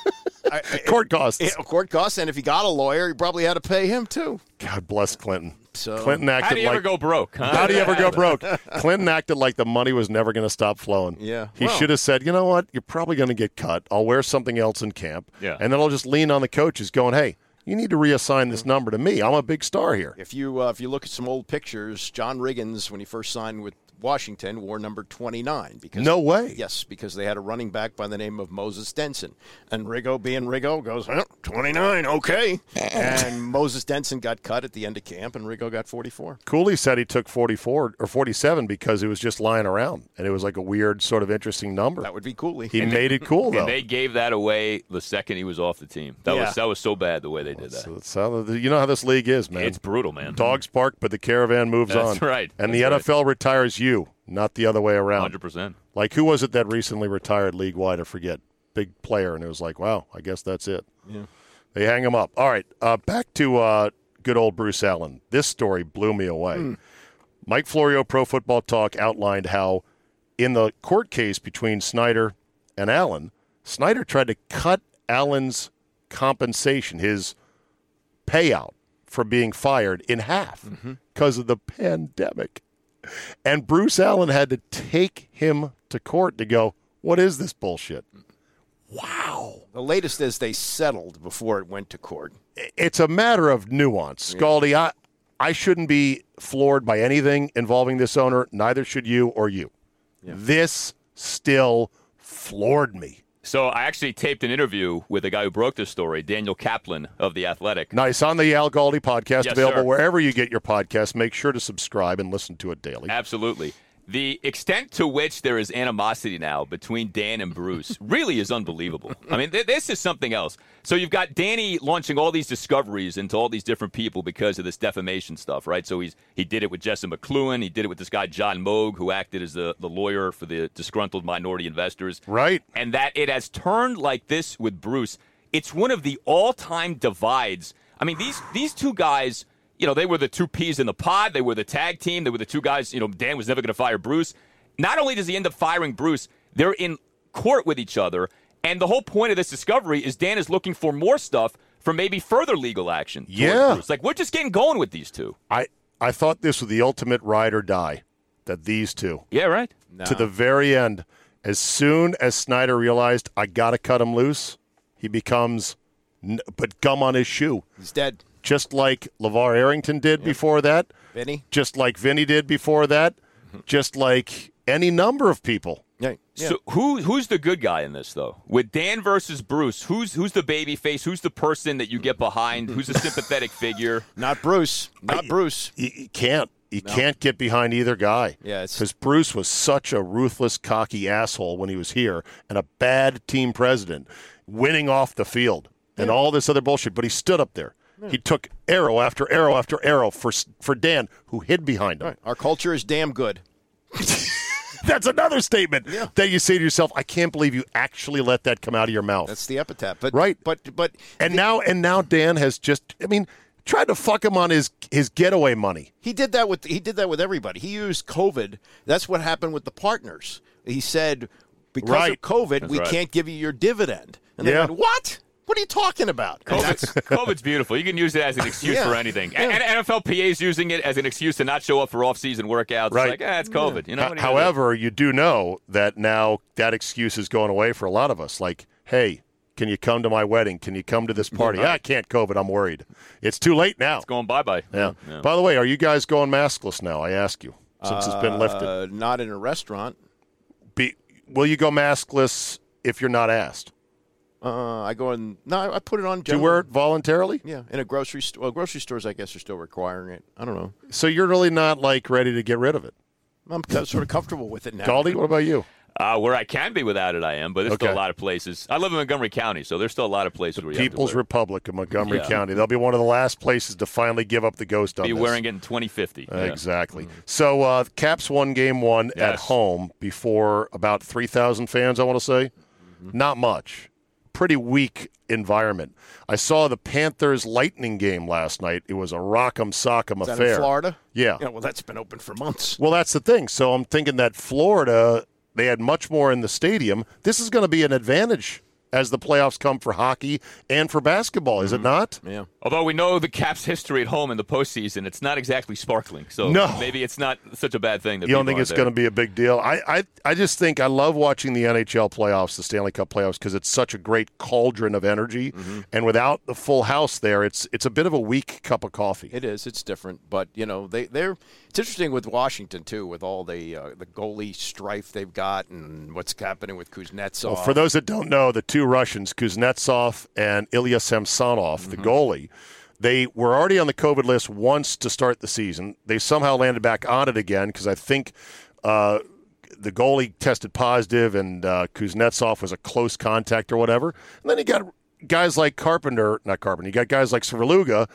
Speaker 9: I- I-
Speaker 1: court costs.
Speaker 9: Yeah, court costs, and if he got a lawyer, he probably had to pay him too.
Speaker 1: God bless Clinton.
Speaker 9: So-
Speaker 1: Clinton acted
Speaker 10: How do you
Speaker 1: like
Speaker 10: ever go broke? Huh?
Speaker 1: How do you ever go broke? Clinton acted like the money was never going to stop flowing.
Speaker 9: Yeah.
Speaker 1: He
Speaker 9: Well-
Speaker 1: should have said, you know what? You're probably going to get cut. I'll wear something else in camp.
Speaker 10: Yeah.
Speaker 1: And then I'll just lean on the coaches going, hey, you need to reassign this number to me. I'm a big star here.
Speaker 9: If you uh, if you look at some old pictures, John Riggins when he first signed with Washington wore number twenty nine because
Speaker 1: No way.
Speaker 9: Yes, because they had a running back by the name of Moses Denson, and Riggo being Riggo goes twenty nine, okay, and Moses Denson got cut at the end of camp, and Riggo got forty four.
Speaker 1: Cooley said he took 44 or 47 because it was just lying around and it was like a weird, sort of interesting number.
Speaker 9: That would be coolly.
Speaker 1: he made it cool, though.
Speaker 10: And they gave that away the second he was off the team. That
Speaker 9: Yeah.
Speaker 10: was that was so bad the way they did that.
Speaker 1: That's how the- you know how this league is, man.
Speaker 10: It's brutal, man.
Speaker 1: Dogs bark, but the caravan moves on.
Speaker 10: That's right.
Speaker 1: And
Speaker 10: That's
Speaker 1: the NFL retires you, not the other way around.
Speaker 10: Hundred percent.
Speaker 1: Like who was it that recently retired league wide? I forget. Big player, and it was like, wow, I guess that's it.
Speaker 9: Yeah.
Speaker 1: They hang him up. All right, uh, back to uh, good old Bruce Allen. This story blew me away. Mike Florio, Pro Football Talk, outlined how in the court case between Snyder and Allen, Snyder tried to cut Allen's compensation, his payout for being fired, in half because of the pandemic. And Bruce Allen had to take him to court to go, what is this bullshit?
Speaker 9: The latest is they settled before it went to court.
Speaker 1: It's a matter of nuance. Scaldi, I, I shouldn't be floored by anything involving this owner. Neither should you or you. This still floored me.
Speaker 10: So I actually taped an interview with a guy who broke this story, Daniel Kaplan of the Athletic.
Speaker 1: Nice. On the Al Galdi podcast,
Speaker 10: Yes,
Speaker 1: available
Speaker 10: sir.
Speaker 1: wherever you get your podcast. Make sure to subscribe and listen to it daily.
Speaker 10: Absolutely. The extent to which there is animosity now between Dan and Bruce really is unbelievable. I mean, th- this is something else. So you've got Danny launching all these discoveries into all these different people because of this defamation stuff, right? So he's he did it with Jesse McLuhan, he did it with this guy John Moog, who acted as the, the lawyer for the disgruntled minority investors.
Speaker 1: Right.
Speaker 10: And that it has turned like this with Bruce. It's one of the all-time divides. I mean, these these two guys, you know, they were the two peas in the pod. They were the tag team. They were the two guys. You know, Dan was never going to fire Bruce. Not only does he end up firing Bruce, they're in court with each other. And the whole point of this discovery is Dan is looking for more stuff for maybe further legal action. towards
Speaker 1: Yeah.
Speaker 10: Bruce. like we're just getting going with these two.
Speaker 1: I, I thought this was the ultimate ride or die that these two,
Speaker 10: Yeah, right.
Speaker 1: to the very end, as soon as Snyder realized I got to cut him loose, he becomes n- put gum on his shoe.
Speaker 9: He's dead.
Speaker 1: Just like LeVar Arrington did before that.
Speaker 9: Vinny.
Speaker 1: Just like Vinny did before that. Just like any number of people.
Speaker 9: Yeah.
Speaker 10: So who who's the good guy in this though? With Dan versus Bruce, who's who's the baby face? Who's the person that you get behind? Who's a sympathetic figure?
Speaker 9: Not Bruce. Not Bruce.
Speaker 1: You, you can't. You can't get behind either guy.
Speaker 9: Yeah, it's-
Speaker 1: Because Bruce was such a ruthless, cocky asshole when he was here and a bad team president, winning off the field and all this other bullshit. But he stood up there. He took arrow after arrow after arrow for for Dan, who hid behind him.
Speaker 9: Our culture is damn good.
Speaker 1: That's another statement that you say to yourself, I can't believe you actually let that come out of your mouth.
Speaker 9: That's the epitaph. But
Speaker 1: right.
Speaker 9: But but
Speaker 1: and now and now Dan has just I mean, tried to fuck him on his his getaway money.
Speaker 9: He did that with he did that with everybody. He used COVID. That's what happened with the partners. He said because of
Speaker 1: Right.
Speaker 9: COVID,
Speaker 10: That's
Speaker 9: we
Speaker 10: right.
Speaker 9: can't give you your dividend. And they
Speaker 10: Yeah.
Speaker 9: went, "What? What are you talking about?" And that's-
Speaker 10: COVID's beautiful. You can use it as an excuse
Speaker 9: Yeah.
Speaker 10: for anything. And And NFLPA's using it as an excuse to not show up for off-season workouts.
Speaker 1: Right.
Speaker 10: It's like, ah, it's COVID. You know.
Speaker 1: Ho-
Speaker 10: what are you gonna do?
Speaker 1: However, you do know that now that excuse is going away for a lot of us. Like, hey, can you come to my wedding? Can you come to this party?
Speaker 10: Right.
Speaker 1: I can't COVID. I'm worried. It's too late now.
Speaker 10: it's going bye-bye.
Speaker 1: yeah. By the way, are you guys going maskless now? I ask you since it's been lifted.
Speaker 9: Uh, not in a restaurant.
Speaker 1: Be, will you go maskless if you're not asked?
Speaker 9: Uh, I go in. No, I- I put it on.
Speaker 1: Do you wear it voluntarily?
Speaker 9: Yeah, in a grocery store. Well, grocery stores, I guess, are still requiring it. I don't know.
Speaker 1: So you're really not like ready to get rid of it.
Speaker 9: I'm kind of sort of comfortable with it now.
Speaker 1: Galdi, what about you?
Speaker 10: Uh, where I can be without it, I am. But there's still
Speaker 1: Okay.
Speaker 10: a lot of places. I live in Montgomery County, so there's still a lot of places where you
Speaker 1: People's
Speaker 10: have
Speaker 1: Republic of Montgomery
Speaker 10: Yeah.
Speaker 1: County. They'll be one of the last places to finally give up the ghost
Speaker 10: to
Speaker 1: on
Speaker 10: wear, be
Speaker 1: this.
Speaker 10: wearing it in 2050. Yeah.
Speaker 1: Exactly.
Speaker 9: Mm-hmm.
Speaker 1: So uh, Caps won game one at
Speaker 10: Yes.
Speaker 1: home before about 3,000 fans, I want to say.
Speaker 9: Mm-hmm.
Speaker 1: Not much. Pretty weak environment. I saw the Panthers Lightning game last night. It was a rock'em sock'em
Speaker 9: Is that
Speaker 1: affair.
Speaker 9: in Florida?
Speaker 1: Yeah.
Speaker 9: Yeah. Well, that's been open for months.
Speaker 1: Well, that's the thing. So I'm thinking that Florida, they had much more in the stadium. This is going to be an advantage as the playoffs come for hockey and for basketball,
Speaker 9: Mm-hmm.
Speaker 1: is it not?
Speaker 9: Yeah.
Speaker 10: Although we know the Caps' history at home in the postseason, it's not exactly sparkling. So
Speaker 1: No.
Speaker 10: maybe it's not such a bad thing. That
Speaker 1: You don't
Speaker 10: people
Speaker 1: think
Speaker 10: aren't
Speaker 1: it's
Speaker 10: there.
Speaker 1: going to be a big deal? I, I, I just think I love watching the NHL playoffs, the Stanley Cup playoffs, because it's such a great cauldron of energy.
Speaker 10: Mm-hmm.
Speaker 1: And without the full house there, it's it's a bit of a weak cup of coffee.
Speaker 9: It is. It's different, but you know they they're. It's interesting with Washington too, with all the uh, the goalie strife they've got and what's happening with Kuznetsov.
Speaker 1: Well, for those that don't know, the two Russians, Kuznetsov and Ilya Samsonov, the goalie, they were already on the COVID list once to start the season. They somehow landed back on it again because I think uh, the goalie tested positive and uh, Kuznetsov was a close contact or whatever. And then you got guys like Carpenter, not Carpenter, you got guys like Sverluga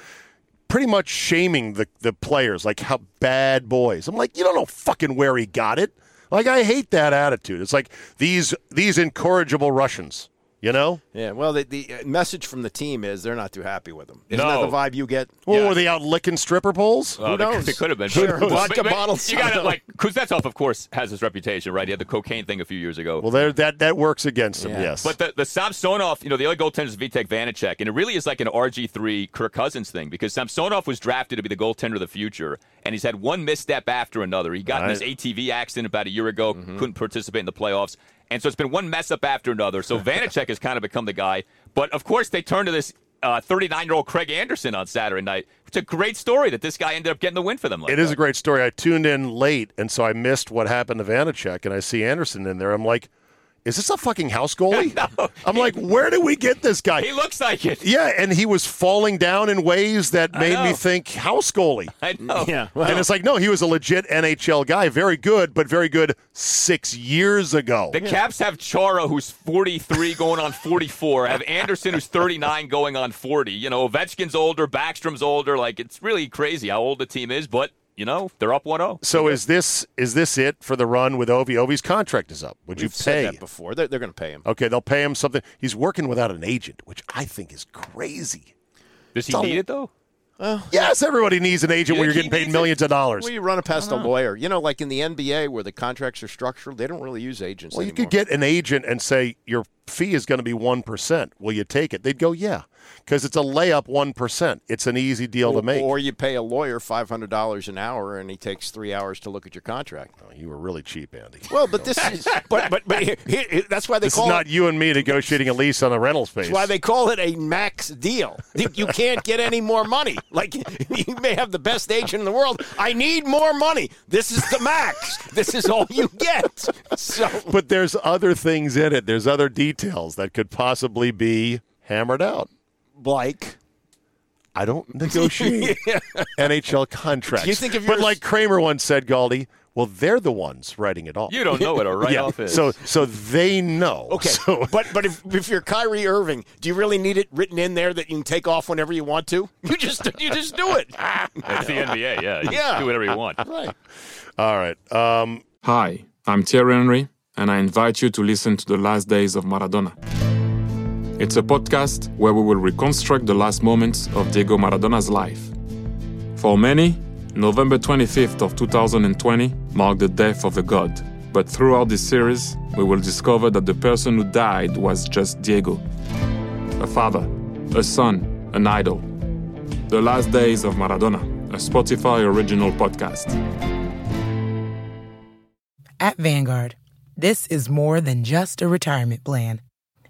Speaker 1: pretty much shaming the, the players, like how bad boys. I'm like, you don't know fucking where he got it. Like I hate that attitude. It's like these these incorrigible Russians, you know?
Speaker 9: yeah. Well, the, the uh, message from the team is they're not too happy with him. Isn't
Speaker 10: No.
Speaker 9: that the vibe you get?
Speaker 1: Well, were they out licking stripper poles?
Speaker 10: Well,
Speaker 9: Who
Speaker 10: they-
Speaker 9: knows?
Speaker 10: They could have been.
Speaker 9: Sure,
Speaker 10: But- but-
Speaker 9: vodka
Speaker 10: but
Speaker 9: bottles.
Speaker 10: You got to like Kuznetsov, of course, has his reputation, right? He had the cocaine thing a few years ago.
Speaker 1: Well, there that that works against him.
Speaker 9: Yeah.
Speaker 1: Yes,
Speaker 10: But the, the Samsonov, you know, the other goaltender is Vitek Vanacek, and it really is like an RG3 Kirk Cousins thing because Samsonov was drafted to be the goaltender of the future, and he's had one misstep after another. He got in
Speaker 1: Right. Mm-hmm.
Speaker 10: this ATV accident about a year ago, couldn't participate in the playoffs, and so it's been one mess up after another. So Vanacek has kind of become the guy. But of course, they turned to this 39 year old Craig Anderson on Saturday night. It's a great story that this guy ended up getting the win for them. Like
Speaker 1: it is a great story. I tuned in late, and so I missed what happened to Vanacek, and I see Anderson in there. I'm like, is this a fucking house goalie? I'm like, where did we get this guy?
Speaker 10: He looks like it.
Speaker 1: yeah, and he was falling down in ways that made me
Speaker 10: know.
Speaker 1: think house goalie.
Speaker 10: I know.
Speaker 9: Yeah. Well,
Speaker 1: and it's like, no, he was a legit NHL guy, very good, but very good six years ago.
Speaker 10: The Caps have Chara, who's 43 going on 44. Have Anderson, who's 39 going on 40. You know, Ovechkin's older, Backstrom's older. Like, it's really crazy how old the team is, but, you know, they're up 1 0.
Speaker 1: so is this is this it for the run with Ovi? Ovi's contract is up. Would you
Speaker 9: We've said
Speaker 1: pay?
Speaker 9: that before. They're, they're going to pay him.
Speaker 1: Okay, they'll pay him something. He's working without an agent, which I think is crazy.
Speaker 10: Does he
Speaker 1: So-
Speaker 10: need it, though?
Speaker 1: Yes, everybody needs an agent
Speaker 10: You
Speaker 1: when you're getting
Speaker 10: think he
Speaker 1: paid
Speaker 10: needs
Speaker 1: millions of dollars.
Speaker 9: Well, you run it past a lawyer. You know, like in the NBA where the contracts are structured, they don't really use agents
Speaker 1: Well, you could
Speaker 9: anymore.
Speaker 1: get an agent and say you're fee is going to be 1%. Will you take it? They'd go, yeah, because it's a layup 1%. It's an easy deal
Speaker 9: or,
Speaker 1: to make.
Speaker 9: Or you pay a lawyer five hundred dollars an hour, and he takes three hours to look at your contract.
Speaker 1: Oh, you were really cheap, Andy.
Speaker 9: Well, but this is but but but he- he- he- that's why they
Speaker 1: this
Speaker 9: call
Speaker 1: is not
Speaker 9: it,
Speaker 1: you and me negotiating a lease on a rental space.
Speaker 9: that's why they call it a max deal. You can't get any more money. Like you may have the best agent in the world. I need more money. This is the max. This is all you get. So
Speaker 1: but there's other things in it. There's other details that could possibly be hammered out.
Speaker 9: Like,
Speaker 1: I don't negotiate NHL contracts.
Speaker 9: Do you think if
Speaker 1: but
Speaker 9: you're-
Speaker 1: like Kramer once said, Galdi, well, they're the ones writing it off.
Speaker 10: You don't know what a write-off
Speaker 1: yeah.
Speaker 10: is.
Speaker 1: So, so they know.
Speaker 9: Okay,
Speaker 1: So,
Speaker 9: but but if, if you're Kyrie Irving, do you really need it written in there that you can take off whenever you want to? You just you just do it.
Speaker 10: It's the NBA, yeah. You
Speaker 9: Yeah.
Speaker 10: Do whatever you want.
Speaker 9: Right.
Speaker 1: all right. Um,
Speaker 11: Hi, I'm Thierry Henry, and I invite you to listen to The Last Days of Maradona. It's a podcast where we will reconstruct the last moments of Diego Maradona's life. For many, November 25th of 2020 marked the death of the god. But throughout this series, we will discover that the person who died was just Diego. A father, a son, an idol. The Last Days of Maradona, a Spotify original podcast.
Speaker 12: At Vanguard, this is more than just a retirement plan.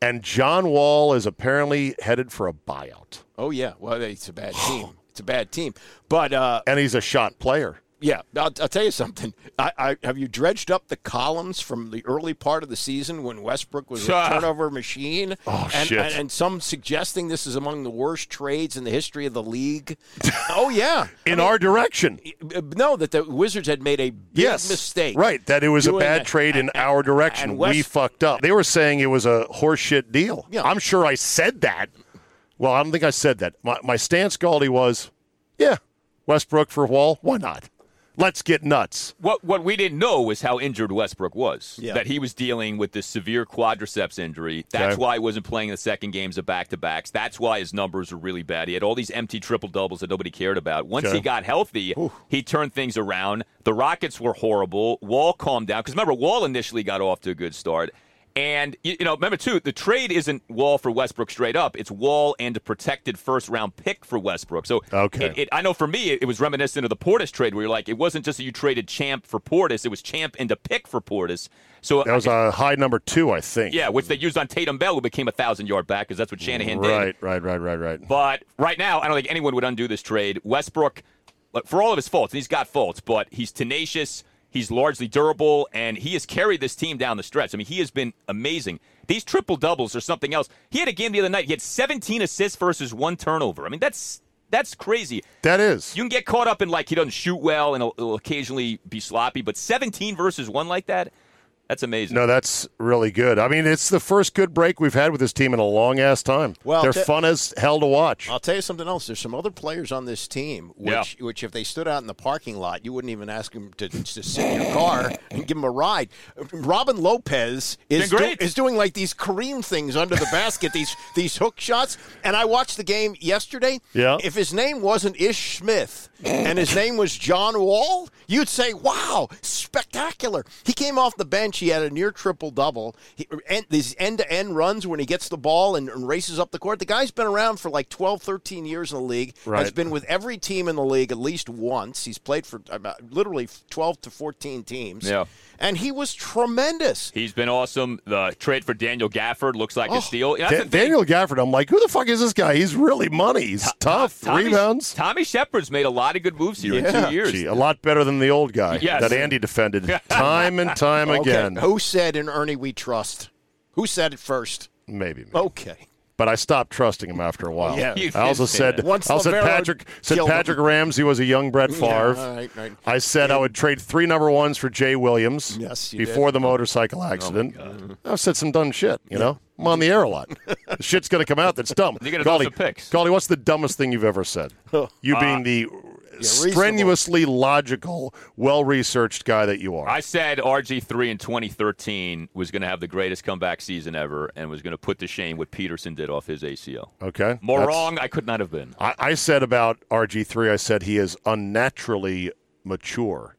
Speaker 1: and John Wall is apparently headed for a buyout.
Speaker 9: Oh yeah, well it's a bad team. It's a bad team. But uh,
Speaker 1: and he's a shot player.
Speaker 9: Yeah, I'll, I'll tell you something. I, I have you dredged up the columns from the early part of the season when Westbrook was a
Speaker 1: Ah.
Speaker 9: turnover machine,
Speaker 1: Oh,
Speaker 9: and,
Speaker 1: shit.
Speaker 9: and and some suggesting this is among the worst trades in the history of the league. oh yeah,
Speaker 1: In our direction.
Speaker 9: no, that the Wizards had made a big mistake.
Speaker 1: Right, that it was a
Speaker 9: doing
Speaker 1: bad
Speaker 9: that.
Speaker 1: trade in our direction.
Speaker 9: and West-
Speaker 1: we fucked up. They were saying it was a horseshit deal. Yeah. I'm sure I said that. Well, I don't think I said that. My, my stance, Galdi, was, yeah, Westbrook for Wall. Why not? Let's get nuts.
Speaker 10: What what we didn't know was how injured Westbrook was.
Speaker 1: Yeah.
Speaker 10: That he was dealing with this severe quadriceps injury. That's
Speaker 1: Okay.
Speaker 10: why he wasn't playing in the second games of back to backs. That's why his numbers were really bad. He had all these empty triple doubles that nobody cared about. Once
Speaker 1: Okay.
Speaker 10: he got healthy, he turned things around. The Rockets were horrible. Wall calmed down because remember Wall initially got off to a good start. And you, you know, remember too, the trade isn't Wall for Westbrook straight up. It's Wall and a protected first round pick for Westbrook. So
Speaker 1: Okay.
Speaker 10: it, it, I know for me, it, it was reminiscent of the Portis trade where you're like, it wasn't just that you traded Champ for Portis, it was Champ into pick for Portis. So
Speaker 1: That was a high number two, I think.
Speaker 10: yeah, which they used on Tatum Bell, who became a thousand yard back because that's what Shanahan did.
Speaker 1: right, right, right, right, right.
Speaker 10: But right now, I don't think anyone would undo this trade. Westbrook, like, for all of his faults, and he's got faults, but he's tenacious, he's largely durable, and he has carried this team down the stretch. I mean, he has been amazing. These triple doubles are something else. He had a game the other night. He had 17 assists versus one turnover. I mean, that's that's crazy.
Speaker 1: That is.
Speaker 10: You can get caught up in like he doesn't shoot well and he'll, he'll occasionally be sloppy, but 17 versus one like that, that's amazing.
Speaker 1: No, that's really good. I mean, it's the first good break we've had with this team in a long ass time.
Speaker 9: Well,
Speaker 1: they're
Speaker 9: te-
Speaker 1: fun as hell to watch.
Speaker 9: I'll tell you something else. There's some other players on this team, which, which if they stood out in the parking lot, you wouldn't even ask them to, to sit in your car and give them a ride. Robin Lopez is
Speaker 10: Been great.
Speaker 9: do- is doing like these Kareem things under the basket, these these hook shots. And I watched the game yesterday.
Speaker 1: Yeah.
Speaker 9: If his name wasn't Ish Smith and his name was John Wall, you'd say, "Wow, spectacular!" He came off the bench. He had a near triple double. And these end-to-end runs when he gets the ball and, and races up the court. The guy's been around for like 12, 13 years in the league. Has
Speaker 1: Right.
Speaker 9: been with every team in the league at least once. He's played for uh, about literally twelve to fourteen teams.
Speaker 10: Yeah.
Speaker 9: And he was tremendous.
Speaker 10: He's been awesome. The trade for Daniel Gafford looks like a steal. And that's
Speaker 1: Oh, Da-
Speaker 10: the thing.
Speaker 1: Daniel Gafford, I'm like, who the fuck is this guy? He's really money. He's tough.
Speaker 10: Tommy-
Speaker 1: Rebounds.
Speaker 10: Tommy Shepard's made a lot of good moves here in
Speaker 1: Yeah.
Speaker 10: two years.
Speaker 1: Gee, a lot better than the old guy
Speaker 10: Yes.
Speaker 1: that Andy defended time and time
Speaker 9: Okay,
Speaker 1: again.
Speaker 9: Who said in Ernie we trust? Who said it first?
Speaker 1: Maybe, maybe.
Speaker 9: Okay.
Speaker 1: but I stopped trusting him after a while.
Speaker 9: Yeah. You
Speaker 1: I also
Speaker 9: did say
Speaker 1: said
Speaker 9: that. Once
Speaker 1: I also said
Speaker 9: Lavero
Speaker 1: Patrick said
Speaker 9: killed him.
Speaker 1: Patrick Ramsey was a young Brett
Speaker 9: Yeah,
Speaker 1: Favre.
Speaker 9: all right, right.
Speaker 1: I said I would trade three number ones for Jay Williams
Speaker 9: Yes, you did. Oh,
Speaker 1: before the motorcycle accident. Mm-hmm. I've said some dumb shit, you know. I'm on the air a lot. the shit's gonna come out that's dumb.
Speaker 10: You're gonna
Speaker 1: Golly,
Speaker 10: throw some picks.
Speaker 1: Golly, what's the dumbest thing you've ever said?
Speaker 9: Oh.
Speaker 1: You
Speaker 10: Uh,
Speaker 1: being the
Speaker 10: reasonable.
Speaker 1: strenuously logical, well researched guy that you are.
Speaker 10: I said RG3 in 2013 was going to have the greatest comeback season ever and was going to put to shame what Peterson did off his ACL.
Speaker 1: Okay. Oh,
Speaker 10: More
Speaker 1: That's-
Speaker 10: wrong, I could not have been.
Speaker 1: I, I said about RG3, I said he is unnaturally mature,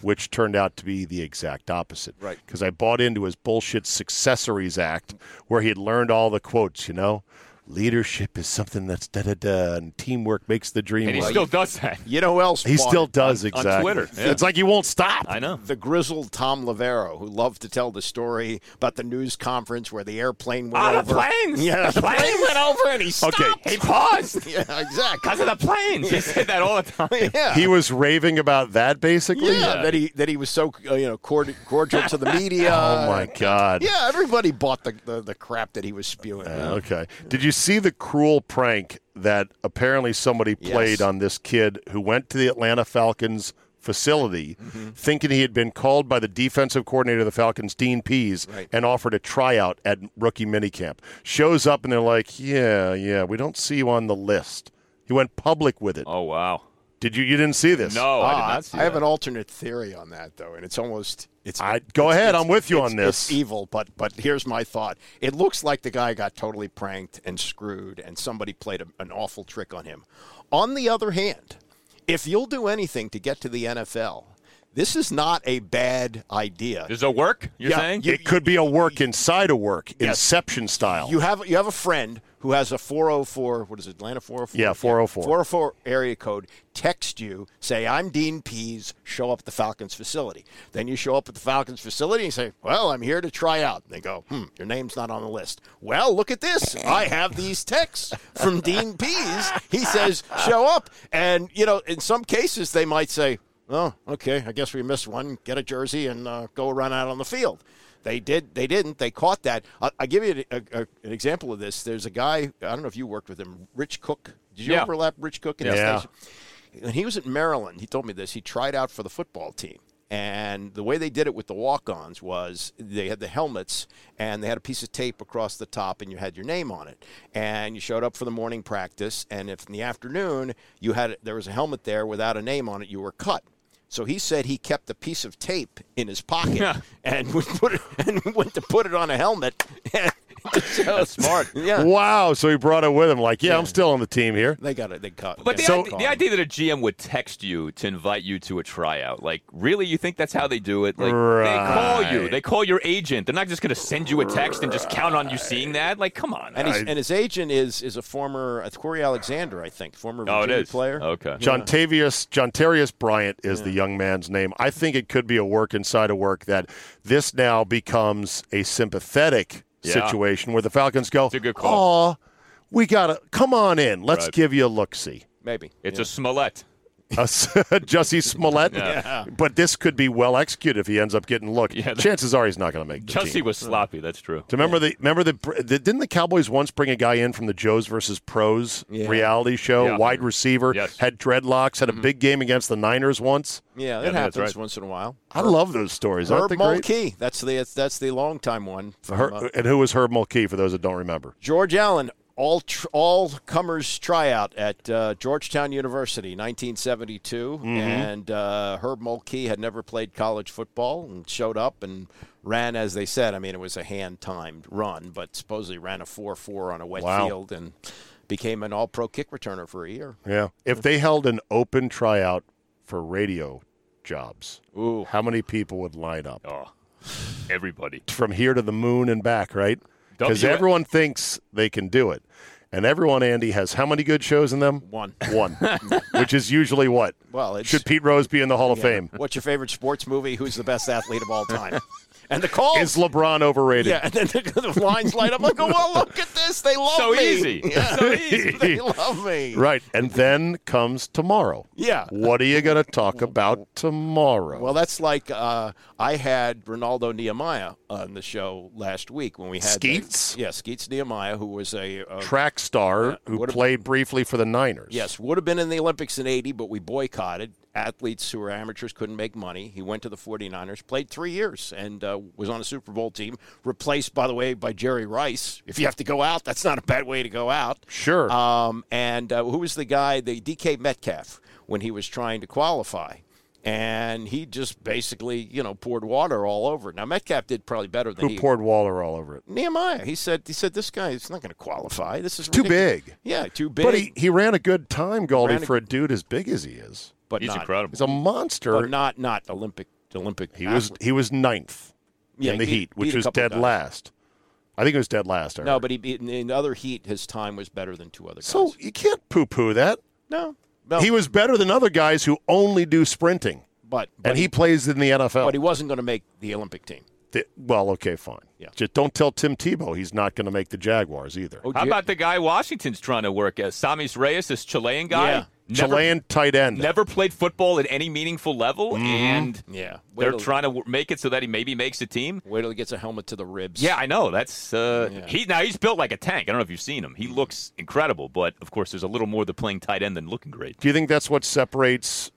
Speaker 1: which turned out to be the exact opposite. Right. Because I bought into his bullshit successories act where he had learned all the quotes, you know? Leadership is something that's da da da, and teamwork makes the dream
Speaker 10: And he
Speaker 1: work.
Speaker 10: still does that.
Speaker 9: You know who else?
Speaker 1: He
Speaker 9: bought
Speaker 1: still
Speaker 9: it?
Speaker 1: does, exactly.
Speaker 10: Twitter, yeah.
Speaker 1: It's like he won't stop.
Speaker 10: I know.
Speaker 9: The grizzled Tom Lavero, who loved to tell the story about the news conference where the airplane went
Speaker 10: Ah, the
Speaker 9: over.
Speaker 10: planes!
Speaker 9: Yeah,
Speaker 10: The plane went over
Speaker 9: and he
Speaker 1: Okay. stopped.
Speaker 10: He paused.
Speaker 9: yeah, exactly.
Speaker 10: Because of the planes. He said that all the time.
Speaker 9: Yeah.
Speaker 1: He was raving about that, basically?
Speaker 9: yeah, that he that he was so uh, you know cordial, cordial to the media.
Speaker 1: Oh, my God.
Speaker 9: Yeah, everybody bought the, the, the crap that he was spewing.
Speaker 1: Uh, Okay. Did you see the cruel prank that apparently somebody played on this kid who went to the Atlanta Falcons facility
Speaker 9: Mm-hmm.
Speaker 1: thinking he had been called by the defensive coordinator of the Falcons, Dean Pease, and offered a tryout at rookie minicamp? Shows up and they're like, yeah, yeah, we don't see you on the list. He went public with it.
Speaker 10: Oh, wow.
Speaker 1: Did you? You didn't see this?
Speaker 10: No, I did
Speaker 9: Ah,
Speaker 10: not see
Speaker 9: I have
Speaker 10: that.
Speaker 9: an alternate theory on that though, and it's almost it's.
Speaker 1: I, go
Speaker 9: it's-
Speaker 1: ahead.
Speaker 9: it's-
Speaker 1: I'm with you
Speaker 9: it's-
Speaker 1: on this.
Speaker 9: It's evil, but but here's my thought. It looks like the guy got totally pranked and screwed, and somebody played a, an awful trick on him. On the other hand, if you'll do anything to get to the NFL, this is not a bad idea.
Speaker 10: Does it work, you're
Speaker 9: Yeah,
Speaker 10: saying?
Speaker 9: you-
Speaker 1: it could be a work inside a work, Inception style.
Speaker 9: You have you have a friend who has a 404. What is it, Atlanta 404?
Speaker 1: Yeah, 404.
Speaker 9: 404 area code. Text you, say I'm Dean Pease. Show up at the Falcons facility. Then you show up at the Falcons facility and say, Well, I'm here to try out. And they go, Hmm, your name's not on the list. Well, look at this. I have these texts from Dean Pease. He says, Show up. And you know, in some cases, they might say. Oh, okay. I guess we missed one. Get a jersey and uh, go run out on the field. They did. They didn't. They caught that. I, I give you a, a, an example of this. There's a guy. I don't know if you worked with him, Rich Cook. Did you
Speaker 10: Yeah.
Speaker 9: overlap Rich Cook in
Speaker 1: Yeah.
Speaker 9: the station? When he was at Maryland, he told me this. He tried out for the football team. And the way they did it with the walk ons was they had the helmets and they had a piece of tape across the top and you had your name on it. And you showed up for the morning practice. And if in the afternoon you had there was a helmet there without a name on it, you were cut. So he said he kept a piece of tape in his pocket and would put it, and went to put it on a helmet. That's
Speaker 10: smart.
Speaker 9: Yeah.
Speaker 1: Wow. So he brought it with him. Like, yeah, I'm still on the team here.
Speaker 9: They got it. They caught.
Speaker 10: But the,
Speaker 9: they
Speaker 10: idea, the idea that a GM would text you to invite you to a tryout, like, really, you think that's how they do it? Like, they call you,
Speaker 1: Right.
Speaker 10: they call your agent. They're not just going to send you a text and just count on you seeing that. Like, come on.
Speaker 9: And, he's, and his agent is is a former uh, Corey Alexander, I think, former
Speaker 10: Oh, it
Speaker 9: Virginia
Speaker 10: is.
Speaker 9: player.
Speaker 10: Okay.
Speaker 1: John Tavius, John Terrius Bryant is the young man's name. I think it could be a work inside a work that this now becomes a sympathetic
Speaker 10: Yeah.
Speaker 1: situation where the Falcons go,
Speaker 10: call.
Speaker 1: "Aw, we gotta come on in. Let's
Speaker 10: Right.
Speaker 1: give you a look see."
Speaker 9: Maybe
Speaker 10: It's a Smollett.
Speaker 1: a s- Jussie Smollett.
Speaker 10: Yeah.
Speaker 1: But this could be well executed if he ends up getting look.
Speaker 10: Yeah, that-
Speaker 1: Chances are he's not going to make the team.
Speaker 10: Jussie was sloppy. That's true.
Speaker 1: Do you remember the remember the, the didn't the Cowboys once bring a guy in from the Joes versus Pros
Speaker 9: Yeah.
Speaker 1: reality show,
Speaker 9: Yeah.
Speaker 1: wide receiver, had dreadlocks, had a big game against the Niners once.
Speaker 9: Yeah, that happens once in a while.
Speaker 1: I love those stories. Aren't
Speaker 9: Herb
Speaker 1: they great?
Speaker 9: Mulkey. That's the that's, that's the long time one. from, uh,
Speaker 1: Her, and who was Herb Mulkey for those that don't remember?
Speaker 9: George Allen, all tr- all comers tryout at uh, Georgetown University, 1972,
Speaker 1: Mhm.
Speaker 9: and uh, Herb Mulkey had never played college football and showed up and ran as they said. I mean, it was a hand timed run, but supposedly ran a four four on a wet
Speaker 1: Wow.
Speaker 9: field and became an All Pro kick returner for a year.
Speaker 1: Yeah. If they held an open tryout for radio jobs, how many people would line up?
Speaker 10: Oh, everybody.
Speaker 1: From here to the moon and back, right?
Speaker 10: Don't
Speaker 1: Because
Speaker 10: you-
Speaker 1: everyone thinks they can do it. And everyone, Andy, has how many good shows in them?
Speaker 9: One.
Speaker 1: One. Which is usually what?
Speaker 9: Well, it's-
Speaker 1: Should Pete Rose be in the Hall of Fame?
Speaker 9: What's your favorite sports movie? Who's the best athlete of all time? And the call
Speaker 1: Is LeBron overrated?
Speaker 9: Yeah, and then the, the lines light up like, oh, well, look at this. They love
Speaker 10: So
Speaker 9: me.
Speaker 10: easy.
Speaker 9: Yeah.
Speaker 10: So easy.
Speaker 9: they love me.
Speaker 1: Right. And then comes tomorrow.
Speaker 9: Yeah.
Speaker 1: What are you going to talk about tomorrow?
Speaker 9: Well, that's like uh, I had Ronaldo Nehemiah on the show last week when we had
Speaker 1: Skeets?
Speaker 9: The, yeah, Skeets Nehemiah, who was a, a
Speaker 1: Track star who
Speaker 9: would've-
Speaker 1: played briefly for the Niners.
Speaker 9: Yes, would have been in the Olympics in 80, but we boycotted. Athletes who were amateurs couldn't make money. He went to the 49ers, played three years, and uh, was on a Super Bowl team, replaced, by the way, by Jerry Rice. If you have to go out, that's not a bad way to go out.
Speaker 1: Sure.
Speaker 9: Um, and uh, who was the guy, the DK Metcalf, when he was trying to qualify? And he just basically, you know, poured water all over. it. Now, Metcalf did probably better than
Speaker 1: Who
Speaker 9: he
Speaker 1: poured Waller all over it?
Speaker 9: Nehemiah. He said, he said, this guy is not going to qualify. This is
Speaker 1: Too
Speaker 9: ridiculous."
Speaker 1: big.
Speaker 9: Yeah, too big.
Speaker 1: But he, he ran a good time,
Speaker 9: Ran
Speaker 1: Goldie,
Speaker 9: a-
Speaker 1: for a dude as big as he is.
Speaker 9: but not,
Speaker 1: He's a monster.
Speaker 9: But not not Olympic Olympic.
Speaker 1: he was he was ninth
Speaker 9: Yeah,
Speaker 1: in the
Speaker 9: he beat-
Speaker 1: heat, which
Speaker 9: beat a
Speaker 1: was
Speaker 9: couple
Speaker 1: dead
Speaker 9: guys.
Speaker 1: last. I think it was dead last. I
Speaker 9: no,
Speaker 1: heard.
Speaker 9: but he beat- in, in other heat. His time was better than two other guys.
Speaker 1: So you can't poo poo that.
Speaker 9: no, no.
Speaker 1: He was better than other guys who only do sprinting,
Speaker 9: but but
Speaker 1: and he, plays in the NFL.
Speaker 9: but he wasn't going to make the Olympic team.
Speaker 1: Th- well, okay, fine.
Speaker 9: Yeah.
Speaker 1: Just don't tell Tim Tebow he's not going to make the Jaguars either.
Speaker 9: Oh,
Speaker 10: How about the guy Washington's trying to work as? Samis Reyes, this Chilean guy.
Speaker 1: Yeah.
Speaker 10: Never-
Speaker 1: Chilean Mm-hmm. tight end?
Speaker 10: Never played football at any meaningful level, and
Speaker 9: Yeah, Wait
Speaker 10: they're
Speaker 9: till-
Speaker 10: trying to w- make it so that he maybe makes a team.
Speaker 9: Wait till he gets a helmet to the ribs.
Speaker 10: Yeah, I know. That's uh,
Speaker 9: Yeah.
Speaker 10: he now he's built like a tank. I don't know if you've seen him. He looks incredible, but of course, there's a little more to playing tight end than looking great.
Speaker 1: Do you think that's what separates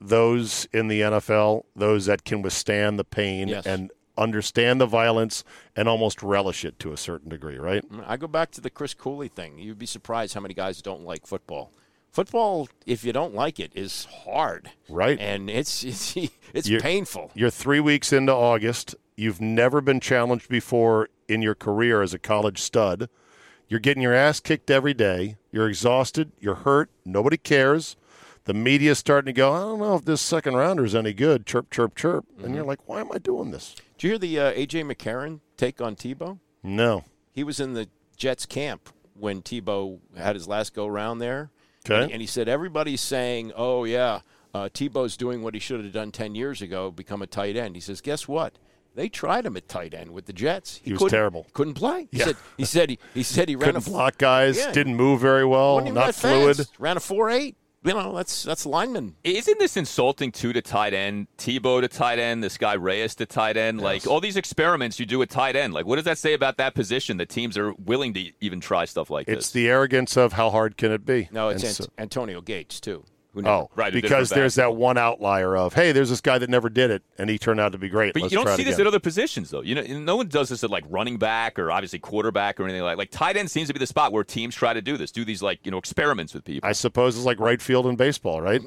Speaker 1: those in the NFL, those that can withstand the pain
Speaker 9: Yes.
Speaker 1: and understand the violence and almost relish it to a certain degree, right?
Speaker 9: I go back to the Chris Cooley thing. You'd be surprised how many guys don't like football. Football, if you don't like it, is hard.
Speaker 1: Right.
Speaker 9: And it's it's it's
Speaker 1: You're-
Speaker 9: painful.
Speaker 1: You're three weeks into August. You've never been challenged before in your career as a college stud. You're getting your ass kicked every day. You're exhausted. You're hurt. Nobody cares. The media's starting to go, I don't know if this second rounder is any good. Chirp, chirp, chirp.
Speaker 10: Mm-hmm.
Speaker 1: And you're like, why am I doing this?
Speaker 9: Did you hear the uh, AJ McCarron take on Tebow?
Speaker 1: No.
Speaker 9: He was in the Jets camp when Tebow had his last go round there.
Speaker 1: Okay.
Speaker 9: And, and he said, everybody's saying, oh, yeah, uh, Tebow's doing what he should have done 10 years ago, become a tight end. He says, guess what? They tried him at tight end with the Jets.
Speaker 1: He was
Speaker 9: couldn't-
Speaker 1: terrible.
Speaker 9: Couldn't play. He
Speaker 1: Yeah.
Speaker 9: said he said he, he said he ran
Speaker 1: Couldn't
Speaker 9: a f-
Speaker 1: block guys.
Speaker 9: Yeah.
Speaker 1: Didn't move very well.
Speaker 9: wasn't even
Speaker 1: Not
Speaker 9: that
Speaker 1: fluid.
Speaker 9: fast. Ran a four eight. You know that's that's lineman.
Speaker 10: Isn't this insulting too to tight end? Tebow to tight end, this guy Reyes to tight end. Like all these experiments you do at tight end. Like what does that say about that position that teams are willing to even try stuff like
Speaker 1: It's
Speaker 10: this?
Speaker 1: the arrogance of how hard can it be?
Speaker 9: No, it's
Speaker 1: And
Speaker 9: Ant-
Speaker 1: so-
Speaker 9: Antonio Gates too. Who never-
Speaker 1: Oh,
Speaker 10: Right, a different
Speaker 1: because there's
Speaker 10: back.
Speaker 1: that one outlier of, hey, there's this guy that never did it, and he turned out to be great.
Speaker 10: But
Speaker 1: Let's
Speaker 10: you don't
Speaker 1: try it
Speaker 10: see this
Speaker 1: again.
Speaker 10: at other positions though. You know, no one does this at like running back or obviously quarterback or anything like. Like tight end seems to be the spot where teams try to do this, do these like you know experiments with people.
Speaker 1: I suppose it's like right field in baseball, right?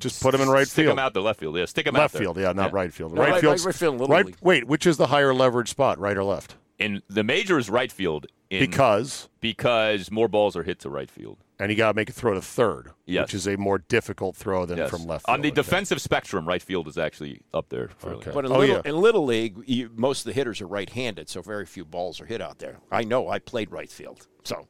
Speaker 1: Just put him in right
Speaker 10: Stick
Speaker 1: field.
Speaker 10: them out the left field. Yeah, stick them out
Speaker 1: left
Speaker 10: there.
Speaker 1: field, yeah, not right field.
Speaker 9: No,
Speaker 1: right
Speaker 9: right-
Speaker 1: field's-
Speaker 9: right field, little
Speaker 1: right-
Speaker 9: league.
Speaker 1: Wait, which is the higher leverage spot, right or left?
Speaker 10: And the major is right field in,
Speaker 1: because
Speaker 10: because more balls are hit to right field.
Speaker 1: and you got to make a throw to third,
Speaker 10: Yes.
Speaker 1: which is a more difficult throw than
Speaker 10: Yes.
Speaker 1: from left.
Speaker 10: On the
Speaker 1: field.
Speaker 10: defensive spectrum, right field is actually up there. fairly high.
Speaker 9: But in,
Speaker 1: Oh,
Speaker 9: little,
Speaker 1: yeah.
Speaker 9: in little league, you, most of the hitters are right-handed, so very few balls are hit out there. I know. I played right field, so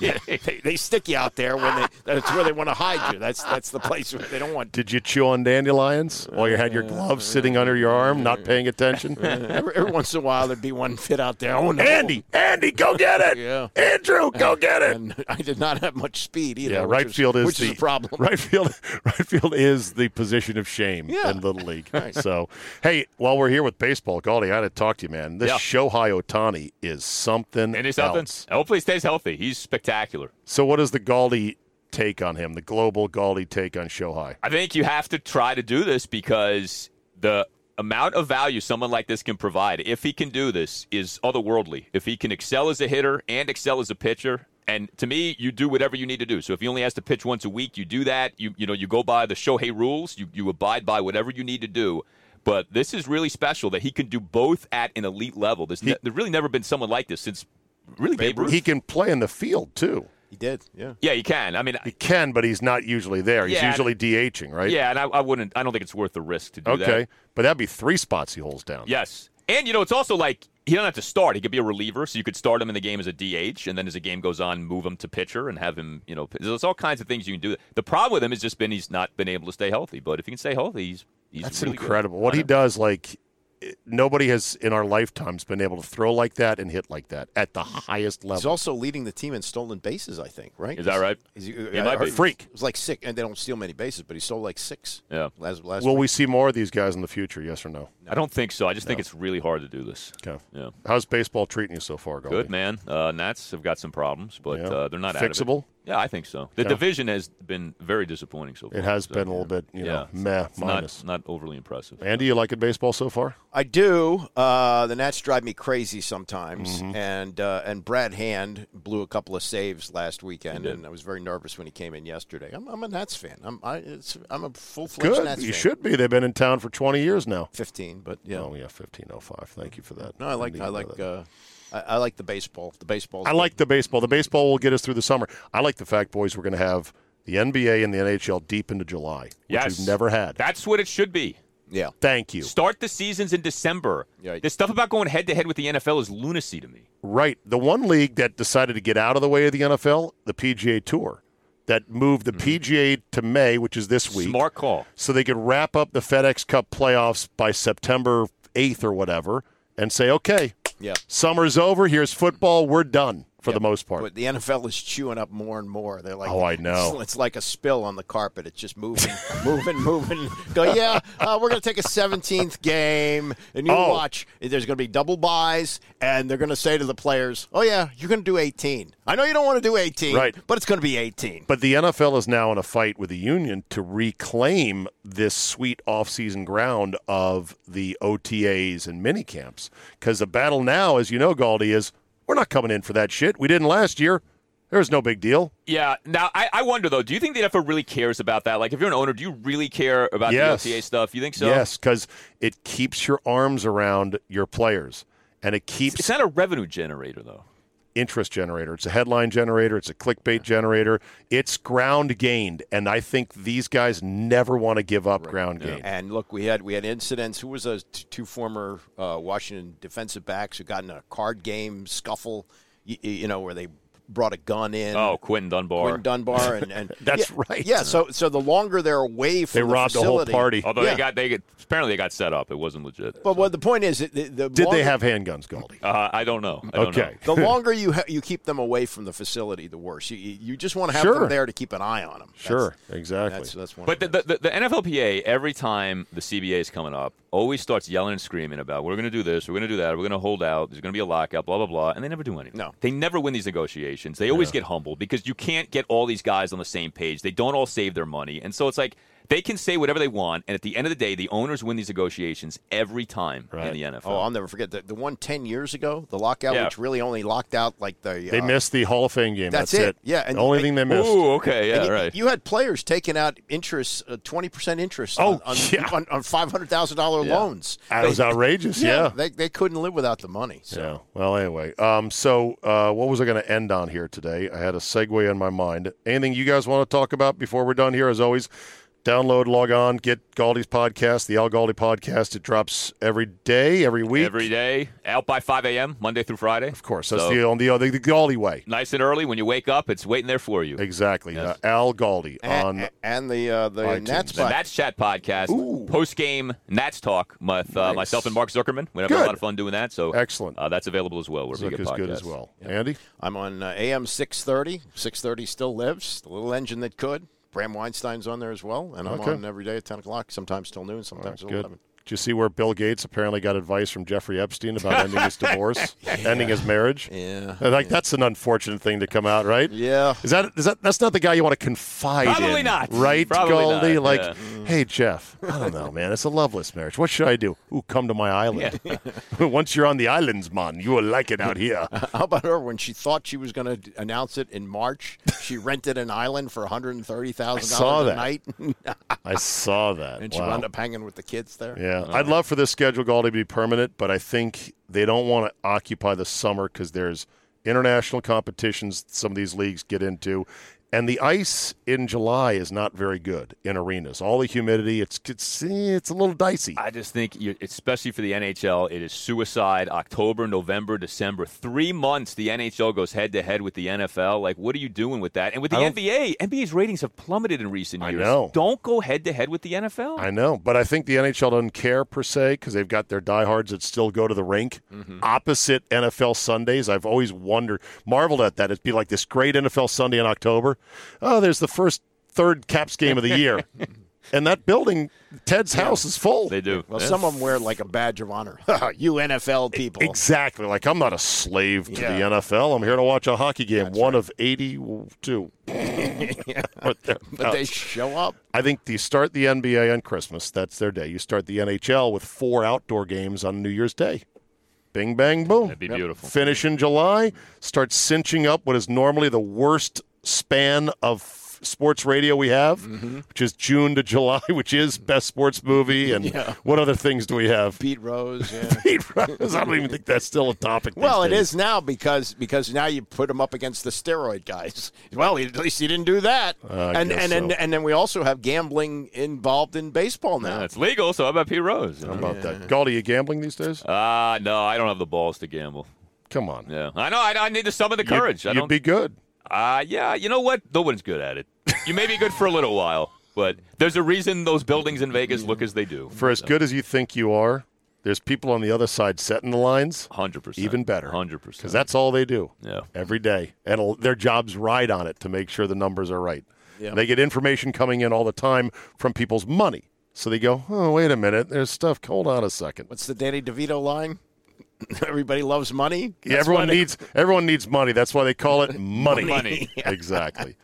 Speaker 9: they, they stick you out there when they. That's where they want to hide you. That's that's the place where they don't want.
Speaker 1: Did you chew on dandelions while you had your gloves sitting under your arm, not paying attention?
Speaker 9: Every, every once in a while, there'd be one fit out there. Oh no,
Speaker 1: Andy, Andy, go get it!
Speaker 9: Yeah.
Speaker 1: Andrew, go get it!
Speaker 9: And I did not have much speed either.
Speaker 1: Yeah,
Speaker 9: which
Speaker 1: right
Speaker 9: was
Speaker 1: field is
Speaker 9: Which
Speaker 1: the
Speaker 9: is a problem.
Speaker 1: Right field, right field is the position of shame
Speaker 9: Yeah.
Speaker 1: in Little League.
Speaker 9: Right.
Speaker 1: So, hey, while we're here with baseball, Galdi, I had to talk to you, man. This
Speaker 10: Yeah.
Speaker 1: Shohei Otani is something.
Speaker 10: And he's something.
Speaker 1: else.
Speaker 10: Hopefully, he stays healthy. He's spectacular.
Speaker 1: So, what is the Galdi take on him? The global Galdi take on Shohei?
Speaker 10: I think you have to try to do this because the amount of value someone like this can provide, if he can do this, is otherworldly. If he can excel as a hitter and excel as a pitcher, and to me, you do whatever you need to do. So if he only has to pitch once a week, you do that. You you know you go by the Shohei rules. You you abide by whatever you need to do. But this is really special that he can do both at an elite level. There's ne- there's really never been someone like this since really Babe Ruth.
Speaker 1: He can play in the field too.
Speaker 9: He did, yeah.
Speaker 10: yeah, he can. I mean,
Speaker 1: He can, but he's not usually there. He's
Speaker 10: Yeah,
Speaker 1: usually DHing, right?
Speaker 10: yeah, and I, I wouldn't. I don't think it's worth the risk to do that.
Speaker 1: Okay, but that'd be three spots he holds down.
Speaker 10: Yes. And, you know, it's also like he doesn't have to start. He could be a reliever, so you could start him in the game as a DH, and then as the game goes on, move him to pitcher and have him, you know, p- there's all kinds of things you can do. The problem with him has just been he's not been able to stay healthy, but if he can stay healthy, he's, he's
Speaker 1: That's
Speaker 10: really good.
Speaker 1: incredible. What he does, like it- nobody has in our lifetimes been able to throw like that and hit like that at the highest
Speaker 9: He's
Speaker 1: level.
Speaker 9: also leading the team in stolen bases, I think, right?
Speaker 10: Is that right?
Speaker 9: Is
Speaker 10: He might be.
Speaker 9: It
Speaker 10: Freak.
Speaker 9: was like six, and they don't steal many bases, but he stole like six.
Speaker 10: Yeah.
Speaker 9: Last, last
Speaker 1: Will we see more of these guys in the future? Yes or no?
Speaker 10: I don't think so. I just think it's really hard to do this.
Speaker 1: Okay.
Speaker 10: Yeah.
Speaker 1: How's baseball treating you so far, Goldie?
Speaker 10: Good, man. Uh, Nats have got some problems, but
Speaker 1: Yeah.
Speaker 10: uh, they're not Out
Speaker 1: Fixable?
Speaker 10: of it. Yeah, I think so. The
Speaker 1: Yeah.
Speaker 10: division has been very disappointing so far.
Speaker 1: It has
Speaker 10: so,
Speaker 1: been a little bit, you know, meh,
Speaker 10: it's not-
Speaker 1: minus.
Speaker 10: Not, overly impressive.
Speaker 1: Andy, you liking baseball so far?
Speaker 9: I do. Uh, the Nats drive me crazy sometimes,
Speaker 1: Mm-hmm.
Speaker 9: and uh, and Brad Hand blew a couple of saves last weekend, and I was very nervous when he came in yesterday. I'm, I'm a Nats fan. I'm I, it's, I'm a full fledged
Speaker 1: Good.
Speaker 9: Nats
Speaker 1: you
Speaker 9: fan.
Speaker 1: should be. They've been in town for 20 years now.
Speaker 9: 15, but yeah.
Speaker 1: Oh, yeah, 1505. Thank you for that.
Speaker 9: No, I like
Speaker 1: Andy,
Speaker 9: I
Speaker 1: you know
Speaker 9: like
Speaker 1: that.
Speaker 9: uh, I, I like the baseball. The baseball.
Speaker 1: I like the baseball. The baseball will get us through the summer. I like the fact, boys, we're going to have the NBA and the NHL deep into July, which
Speaker 10: Yes.
Speaker 1: we've never had.
Speaker 10: That's what it should be.
Speaker 9: Yeah.
Speaker 1: Thank you.
Speaker 10: Start the seasons in December.
Speaker 9: Yeah.
Speaker 10: This stuff about going head to head with the NFL is lunacy to me.
Speaker 1: Right. The one league that decided to get out of the way of the NFL, the PGA Tour, that moved the PGA to May, which is this week.
Speaker 10: Smart call.
Speaker 1: So they could wrap up the FedEx Cup playoffs by September 8th or whatever and say, okay,
Speaker 9: Yeah.
Speaker 1: summer's over. Here's football. We're done for the most part.
Speaker 9: But the NFL is chewing up more and more. They're like,
Speaker 1: Oh, I know.
Speaker 9: It's, it's like a spill on the carpet. It's just moving, moving, moving. Go, yeah, uh, we're gonna take a 17th game, and you
Speaker 1: Oh.
Speaker 9: watch. There's gonna be double buys, and they're gonna say to the players, "Oh yeah, you're gonna do 18. I know you don't want to do 18,
Speaker 1: Right.
Speaker 9: But it's gonna be 18."
Speaker 1: But the NFL is now in a fight with the union to reclaim this sweet offseason ground of the OTAs and mini camps. Because the battle now, as you know, Galdi, is we're not coming in for that shit. We didn't last year. There's no big deal.
Speaker 10: Yeah. Now, I, I wonder, though, do you think the NFL really cares about that? Like, if you're an owner, do you really care about
Speaker 1: Yes.
Speaker 10: the OTA stuff? You think so?
Speaker 1: Yes, because it keeps your arms around your players and it keeps
Speaker 10: It's not a revenue generator, though.
Speaker 1: interest generator. It's a headline generator. It's a clickbait generator. It's ground gained. And I think these guys never want to give up ground gain.
Speaker 9: And look, we had we had incidents. Who was those t- two former uh, Washington defensive backs who got in a card game scuffle? You, you know where they brought a gun in.
Speaker 10: Oh, Quentin Dunbar.
Speaker 9: Quentin Dunbar, and, and
Speaker 1: That's
Speaker 9: yeah,
Speaker 1: right.
Speaker 9: Yeah, so so the longer they're away from
Speaker 1: They
Speaker 9: the
Speaker 1: robbed the whole
Speaker 9: facility-
Speaker 1: party.
Speaker 10: Although
Speaker 9: yeah.
Speaker 10: they got, they get, apparently they got set up. It wasn't legit.
Speaker 9: But what the point is, that the, the
Speaker 1: Did
Speaker 9: longer,
Speaker 1: they have handguns, Galdi?
Speaker 10: Uh, I don't know. I don't
Speaker 1: Okay.
Speaker 9: the longer you ha- you keep them away from the facility, the worse. You you you just want to have
Speaker 1: Sure.
Speaker 9: them there to keep an eye on them.
Speaker 1: Sure, exactly.
Speaker 9: That's that's one.
Speaker 10: But the,
Speaker 9: of
Speaker 10: the, the, the NFLPA, every time the CBA is coming up, always starts yelling and screaming about we're going to do this, we're going to do that, we're going to hold out, there's going to be a lockout, blah, blah, blah. And they never do anything.
Speaker 9: No.
Speaker 10: They never win these negotiations. They always get humbled because you can't get all these guys on the same page. They don't all save their money. And so it's like they can say whatever they want. And at the end of the day, the owners win these negotiations every time in the NFL.
Speaker 9: Oh, I'll never forget the, the one 10 years ago, the lockout,
Speaker 10: Yeah.
Speaker 9: which really only locked out like the
Speaker 1: They
Speaker 9: uh,
Speaker 1: missed the Hall of Fame game. That's,
Speaker 9: That's it. Yeah, and
Speaker 1: the only
Speaker 9: they-
Speaker 1: thing they missed.
Speaker 10: Ooh, okay. Yeah,
Speaker 9: And you,
Speaker 10: right.
Speaker 9: you had players taking out interest, uh, twenty percent interest
Speaker 1: Oh,
Speaker 9: on, on,
Speaker 1: yeah.
Speaker 9: on, five hundred thousand dollar loans.
Speaker 1: That was outrageous. Yeah.
Speaker 9: they, they couldn't live without the money. So.
Speaker 1: Yeah. Well, anyway, um, so uh, what was I going to end on here today? I had a segue in my mind. Anything you guys want to talk about before we're done here? As always, Download, log on, get Galdi's podcast, the Al Galdi podcast. It drops every day, every week.
Speaker 10: Every day, out by 5 a.m., Monday through Friday. Of
Speaker 1: course, That's the, on the, uh, the, the Galdi way.
Speaker 10: Nice and early. When you wake up, it's waiting there for you.
Speaker 1: Exactly. Uh, Al Galdi on
Speaker 9: and, and the uh, the
Speaker 1: iTunes.
Speaker 9: Nats
Speaker 10: The
Speaker 9: pod-
Speaker 10: Nats Chat podcast, post game Nats talk with uh,
Speaker 1: Nice.
Speaker 10: myself and Mark Zuckerman. We have a
Speaker 1: Good.
Speaker 10: lot of fun doing that. So
Speaker 1: excellent.
Speaker 10: Uh, that's available as well. Where we
Speaker 1: Zuck
Speaker 10: get
Speaker 1: is good as
Speaker 10: podcasts.
Speaker 1: well. Andy?
Speaker 9: I'm on uh, AM 630. 630 still lives. The little engine that could. Bram Weinstein's on there as well, and I'm
Speaker 1: Okay.
Speaker 9: on every day at 10 o'clock. Sometimes till noon. Sometimes till
Speaker 1: Good.
Speaker 9: 11.
Speaker 1: Did you see where Bill Gates apparently got advice from Jeffrey Epstein about ending his divorce, ending his marriage?
Speaker 9: Yeah.
Speaker 1: Like that's an unfortunate thing to come out, right?
Speaker 9: Yeah.
Speaker 1: Is that is that that's not the guy you want to confide in?
Speaker 10: Probably not.
Speaker 1: Right,
Speaker 10: Probably not,
Speaker 1: Goldie? Like,
Speaker 10: yeah. Mm.
Speaker 1: hey Jeff, I don't know, man. It's a loveless marriage. What should I do? Ooh, come to my island. Once you're on the islands, man, you will like it out here.
Speaker 9: How about her when she thought she was going to announce it in March? She rented an island for
Speaker 1: saw
Speaker 9: $130,000
Speaker 1: that.
Speaker 9: a night,
Speaker 1: I saw that.
Speaker 9: and she
Speaker 1: Wow.
Speaker 9: wound up hanging with the kids there.
Speaker 1: Yeah, I'd love for this schedule, Galdi, to be permanent, but I think they don't want to occupy the summer because there's international competitions some of these leagues get into, and the ice in July is not very good in arenas. All the humidity, it's it's eh, it's a little dicey.
Speaker 10: I just think, you, especially for the NHL, it is suicide. October, November, December, three months. The NHL goes head to head with the NFL. Like, what are you doing with that? And with the
Speaker 1: I don't-
Speaker 10: NBA, NBA's ratings have plummeted in recent years.
Speaker 1: know.
Speaker 10: Don't go head to head with the NFL.
Speaker 1: I know, but I think the NHL doesn't care per se because they've got their diehards that still go to the rink.
Speaker 10: Mm-hmm.
Speaker 1: Opposite NFL Sundays, I've always wondered, marveled at that. It'd be like this great NFL Sunday in October. Oh, there's the first third Caps game of the year, and that building, Ted's house, is full.
Speaker 10: They do.
Speaker 9: Well, some of them wear like a badge of honor. you NFL people.
Speaker 1: Exactly. Like I'm not a slave to
Speaker 9: Yeah.
Speaker 1: the NFL. I'm here to watch a hockey game. one of 82. But they're
Speaker 9: But they
Speaker 1: nuts.
Speaker 9: show up.
Speaker 1: I think you start the NBA on Christmas. That's their day. You start the NHL with four outdoor games on New Year's Day. Bing, bang, boom. That'd
Speaker 10: be Yep. beautiful.
Speaker 1: Finish in July. Start cinching up what is normally the worst span of f- sports radio we have,
Speaker 10: Mm-hmm.
Speaker 1: which is June to July, which is best sports movie. And
Speaker 9: Yeah.
Speaker 1: what other things do we have?
Speaker 9: Pete Rose. Yeah.
Speaker 1: Pete Rose. I don't even think that's still a topic.
Speaker 9: Well, it is now because because now you put him up against the steroid guys. Well, at least he didn't do that.
Speaker 1: Uh, I
Speaker 9: and
Speaker 1: guess
Speaker 9: and, and
Speaker 1: so.
Speaker 9: and then we also have gambling involved in baseball now.
Speaker 10: It's legal, so how about Pete Rose?
Speaker 1: How about that? Gauldy, you gambling these days?
Speaker 10: Uh, no, I don't have the balls to gamble.
Speaker 1: Come on.
Speaker 10: Yeah, I know. I, I need to summon the courage. I
Speaker 1: You'd
Speaker 10: don't.
Speaker 1: be good.
Speaker 10: uh, yeah, you know what? No one's good at it. You may be good for a little while, but there's a reason those buildings in Vegas look as they do.
Speaker 1: For as good as you think you are, there's people on the other side setting the lines.
Speaker 10: Hundred percent.
Speaker 1: Even better.
Speaker 10: Hundred percent.
Speaker 1: Because that's all they do
Speaker 10: Yeah.
Speaker 1: every day. And it'll- their jobs ride on it to make sure the numbers are right.
Speaker 9: Yeah.
Speaker 1: They get information coming in all the time from people's money. So they go, oh, wait a minute. There's stuff. Hold on a second.
Speaker 9: What's the Danny DeVito line? Everybody loves money.
Speaker 1: Yeah,
Speaker 9: That's
Speaker 1: everyone
Speaker 9: why they-
Speaker 1: needs everyone needs money. That's why they call it money.
Speaker 10: Money.
Speaker 1: exactly.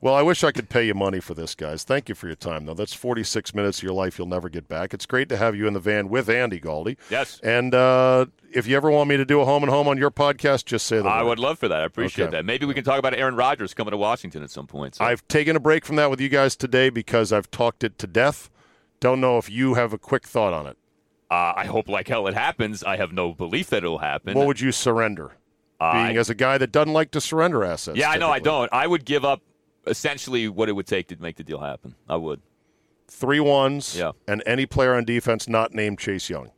Speaker 1: Well, I wish I could pay you money for this, guys. Thank you for your time, though. That's 46 minutes of your life you'll never get back. It's great to have you in the van with Andy Galdi.
Speaker 10: Yes.
Speaker 1: And uh, if you ever want me to do a home and home on your podcast, just say that.
Speaker 10: I would love for that. I appreciate
Speaker 1: Okay.
Speaker 10: that. Maybe we can talk about Aaron Rodgers coming to Washington at some point. So.
Speaker 1: I've taken a break from that with you guys today because I've talked it to death. Don't know if you have a quick thought on it.
Speaker 10: Uh, I hope like hell it happens. I have no belief that it'll happen.
Speaker 1: What would you surrender? Being as a guy that doesn't like to surrender assets.
Speaker 10: yeah, I know I
Speaker 1: typically.
Speaker 10: don't. I would give up essentially what it would take to make the deal happen. I would.
Speaker 1: Three ones
Speaker 10: Yeah.
Speaker 1: and any player on defense not named Chase Young.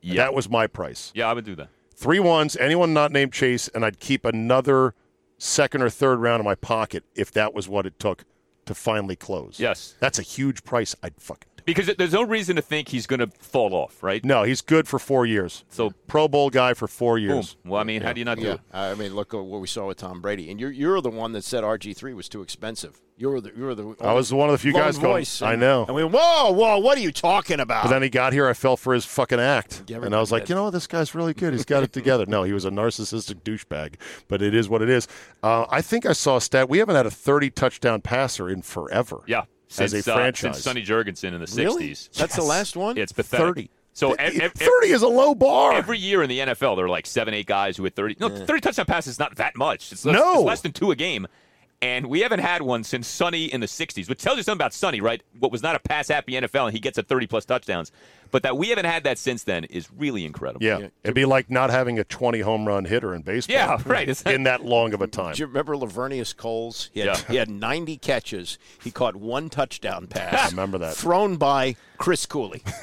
Speaker 10: Yeah.
Speaker 1: That was my price.
Speaker 10: Yeah, I would do that.
Speaker 1: Three ones, anyone not named Chase, and I'd keep another second or third round in my pocket if that was what it took to finally close.
Speaker 10: Yes.
Speaker 1: That's a huge price I'd fucking do.
Speaker 10: Because there's no reason to think he's going to fall off, right?
Speaker 1: No, he's good for four years.
Speaker 10: So-
Speaker 1: Pro Bowl guy for four
Speaker 10: Boom.
Speaker 1: years.
Speaker 10: Well, I mean, how do you not do
Speaker 9: Yeah,
Speaker 10: it?
Speaker 9: I mean, look at what we saw with Tom Brady, and you're you're the one that said RG three was too expensive. You were the you were the
Speaker 1: I was one of the few
Speaker 9: lone
Speaker 1: guys going,
Speaker 9: voice, and-
Speaker 1: I know.
Speaker 9: And we whoa whoa what are you talking about?
Speaker 1: But then he got here, I fell for his fucking act.
Speaker 9: everybody
Speaker 1: and I was like,
Speaker 9: did.
Speaker 1: you know what, this guy's really good. He's got it together. No, he was a narcissistic douchebag, but it is what it is. Uh, I think I saw a stat. We haven't had a 30 touchdown passer in forever.
Speaker 10: Yeah. Since,
Speaker 1: as a
Speaker 10: uh,
Speaker 1: franchise.
Speaker 10: since Sonny Jurgensen in the 60s.
Speaker 9: Really? That's the last one.
Speaker 10: It's pathetic.
Speaker 1: 30.
Speaker 10: So
Speaker 1: Th-
Speaker 10: ev- ev- ev-
Speaker 1: 30 is a low bar.
Speaker 10: Every year in the NFL, there are like seven, eight guys who hit 30. No, 30 touchdown passes is not that much. It's less,
Speaker 1: No.
Speaker 10: it's less than two a game. And we haven't had one since Sonny in the 60s, which tells you something about Sonny, right? What was not a pass happy NFL, and he gets a 30 plus touchdowns. But that we haven't had that since then is really incredible.
Speaker 1: Yeah. It'd be like not having a 20 home run hitter in baseball.
Speaker 10: Yeah, right. It's
Speaker 1: in that long of a time.
Speaker 9: Do you remember Lavernius Coles? He had, he had 90 catches. He caught one touchdown pass.
Speaker 1: I remember that.
Speaker 9: Thrown by Chris Cooley.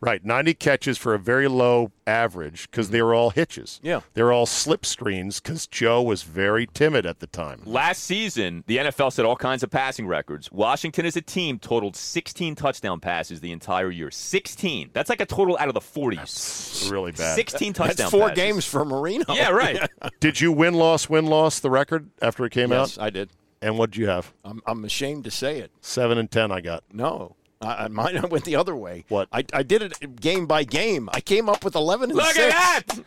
Speaker 1: right. 90 catches for a very low average because they were all hitches.
Speaker 9: Yeah.
Speaker 1: They were all slip screens because Joe was very timid at the time.
Speaker 10: Last season, the NFL set all kinds of passing records. Washington as a team totaled 16 touchdown passes the entire year. 16. That's like a total out of the 40s.
Speaker 1: really bad.
Speaker 10: 16 touchdown
Speaker 9: That's four
Speaker 10: passes.
Speaker 9: games for Marino.
Speaker 10: Yeah, right.
Speaker 1: did you win, loss, win, loss the record after it came
Speaker 9: yes,
Speaker 1: out?
Speaker 9: I did.
Speaker 1: and what'd you have?
Speaker 9: I'm, I'm ashamed to say it.
Speaker 1: Seven and 10 I got.
Speaker 9: No. I, I- mine I went the other way.
Speaker 1: What?
Speaker 9: I, I did it game by game. I came up with 11 and
Speaker 10: Look
Speaker 9: 6.
Speaker 10: at that!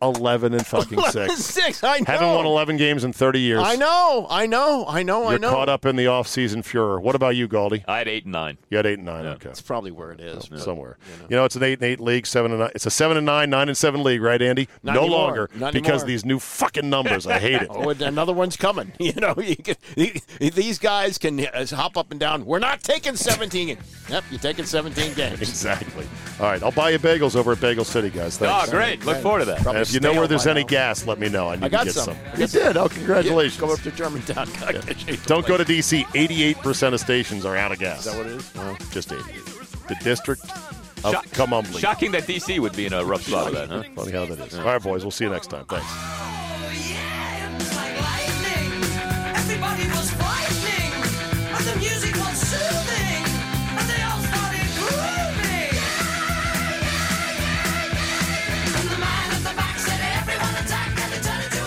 Speaker 1: 11 and fucking
Speaker 9: 11 and
Speaker 1: 6.
Speaker 9: 6. I know.
Speaker 1: Haven't won 11 games in 30 years.
Speaker 9: I know. I know. I know. I
Speaker 1: You're
Speaker 9: know.
Speaker 1: caught up in the offseason furor. What about you, Galdi?
Speaker 10: I had 8 and 9.
Speaker 1: You had eight and nine. Okay,
Speaker 9: That's probably where it is. but-
Speaker 1: somewhere. You know. it's an eight and eight league, seven and nine. It's a seven and nine, nine and seven league, right, Andy?
Speaker 9: Not
Speaker 1: no
Speaker 9: anymore.
Speaker 1: longer
Speaker 9: Not
Speaker 1: because
Speaker 9: anymore.
Speaker 1: these new fucking numbers. I hate it.
Speaker 9: Oh, and another one's coming. You know, you can, these guys can uh, hop up and down. We're not taking 17. yep, you're taking 17 games.
Speaker 1: Exactly. All right, I'll buy you bagels over at Bagel City, guys.
Speaker 10: Oh,
Speaker 1: Thanks.
Speaker 10: great. Look forward to that.
Speaker 1: And if you know where there's any gas, let me know. I need
Speaker 9: I got
Speaker 1: to get
Speaker 9: some.
Speaker 1: some.
Speaker 9: I got
Speaker 1: You
Speaker 9: some.
Speaker 1: did. Oh, congratulations.
Speaker 9: Yeah, go up to Germantown.
Speaker 1: Don't go to DC. 88% of stations are out of gas.
Speaker 9: Is that what it is? No.
Speaker 1: Just 88. The district of
Speaker 10: Shock-
Speaker 1: Cumumbly.
Speaker 10: Shocking that DC would be in a rough spot with that, huh?
Speaker 1: Funny how that is. All right, boys. We'll see you next time. Thanks.
Speaker 13: Everybody was frightening, and the music was soothing, and they all started grooving. And the man at the back said, "Everyone attack!" And they turned into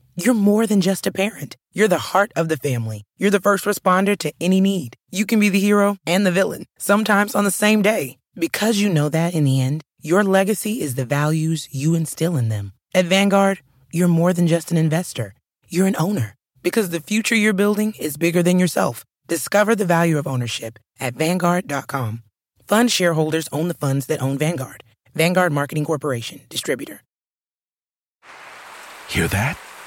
Speaker 12: you're more than just a parent. You're the heart of the family. You're the first responder to any need. You can be the hero and the villain, sometimes on the same day. Because you know that in the end, your legacy is the values you instill in them. At Vanguard, you're more than just an investor, you're an owner. Because the future you're building is bigger than yourself. Discover the value of ownership at Vanguard.com. Fund shareholders own the funds that own Vanguard. Vanguard Marketing Corporation, distributor.
Speaker 2: Hear that?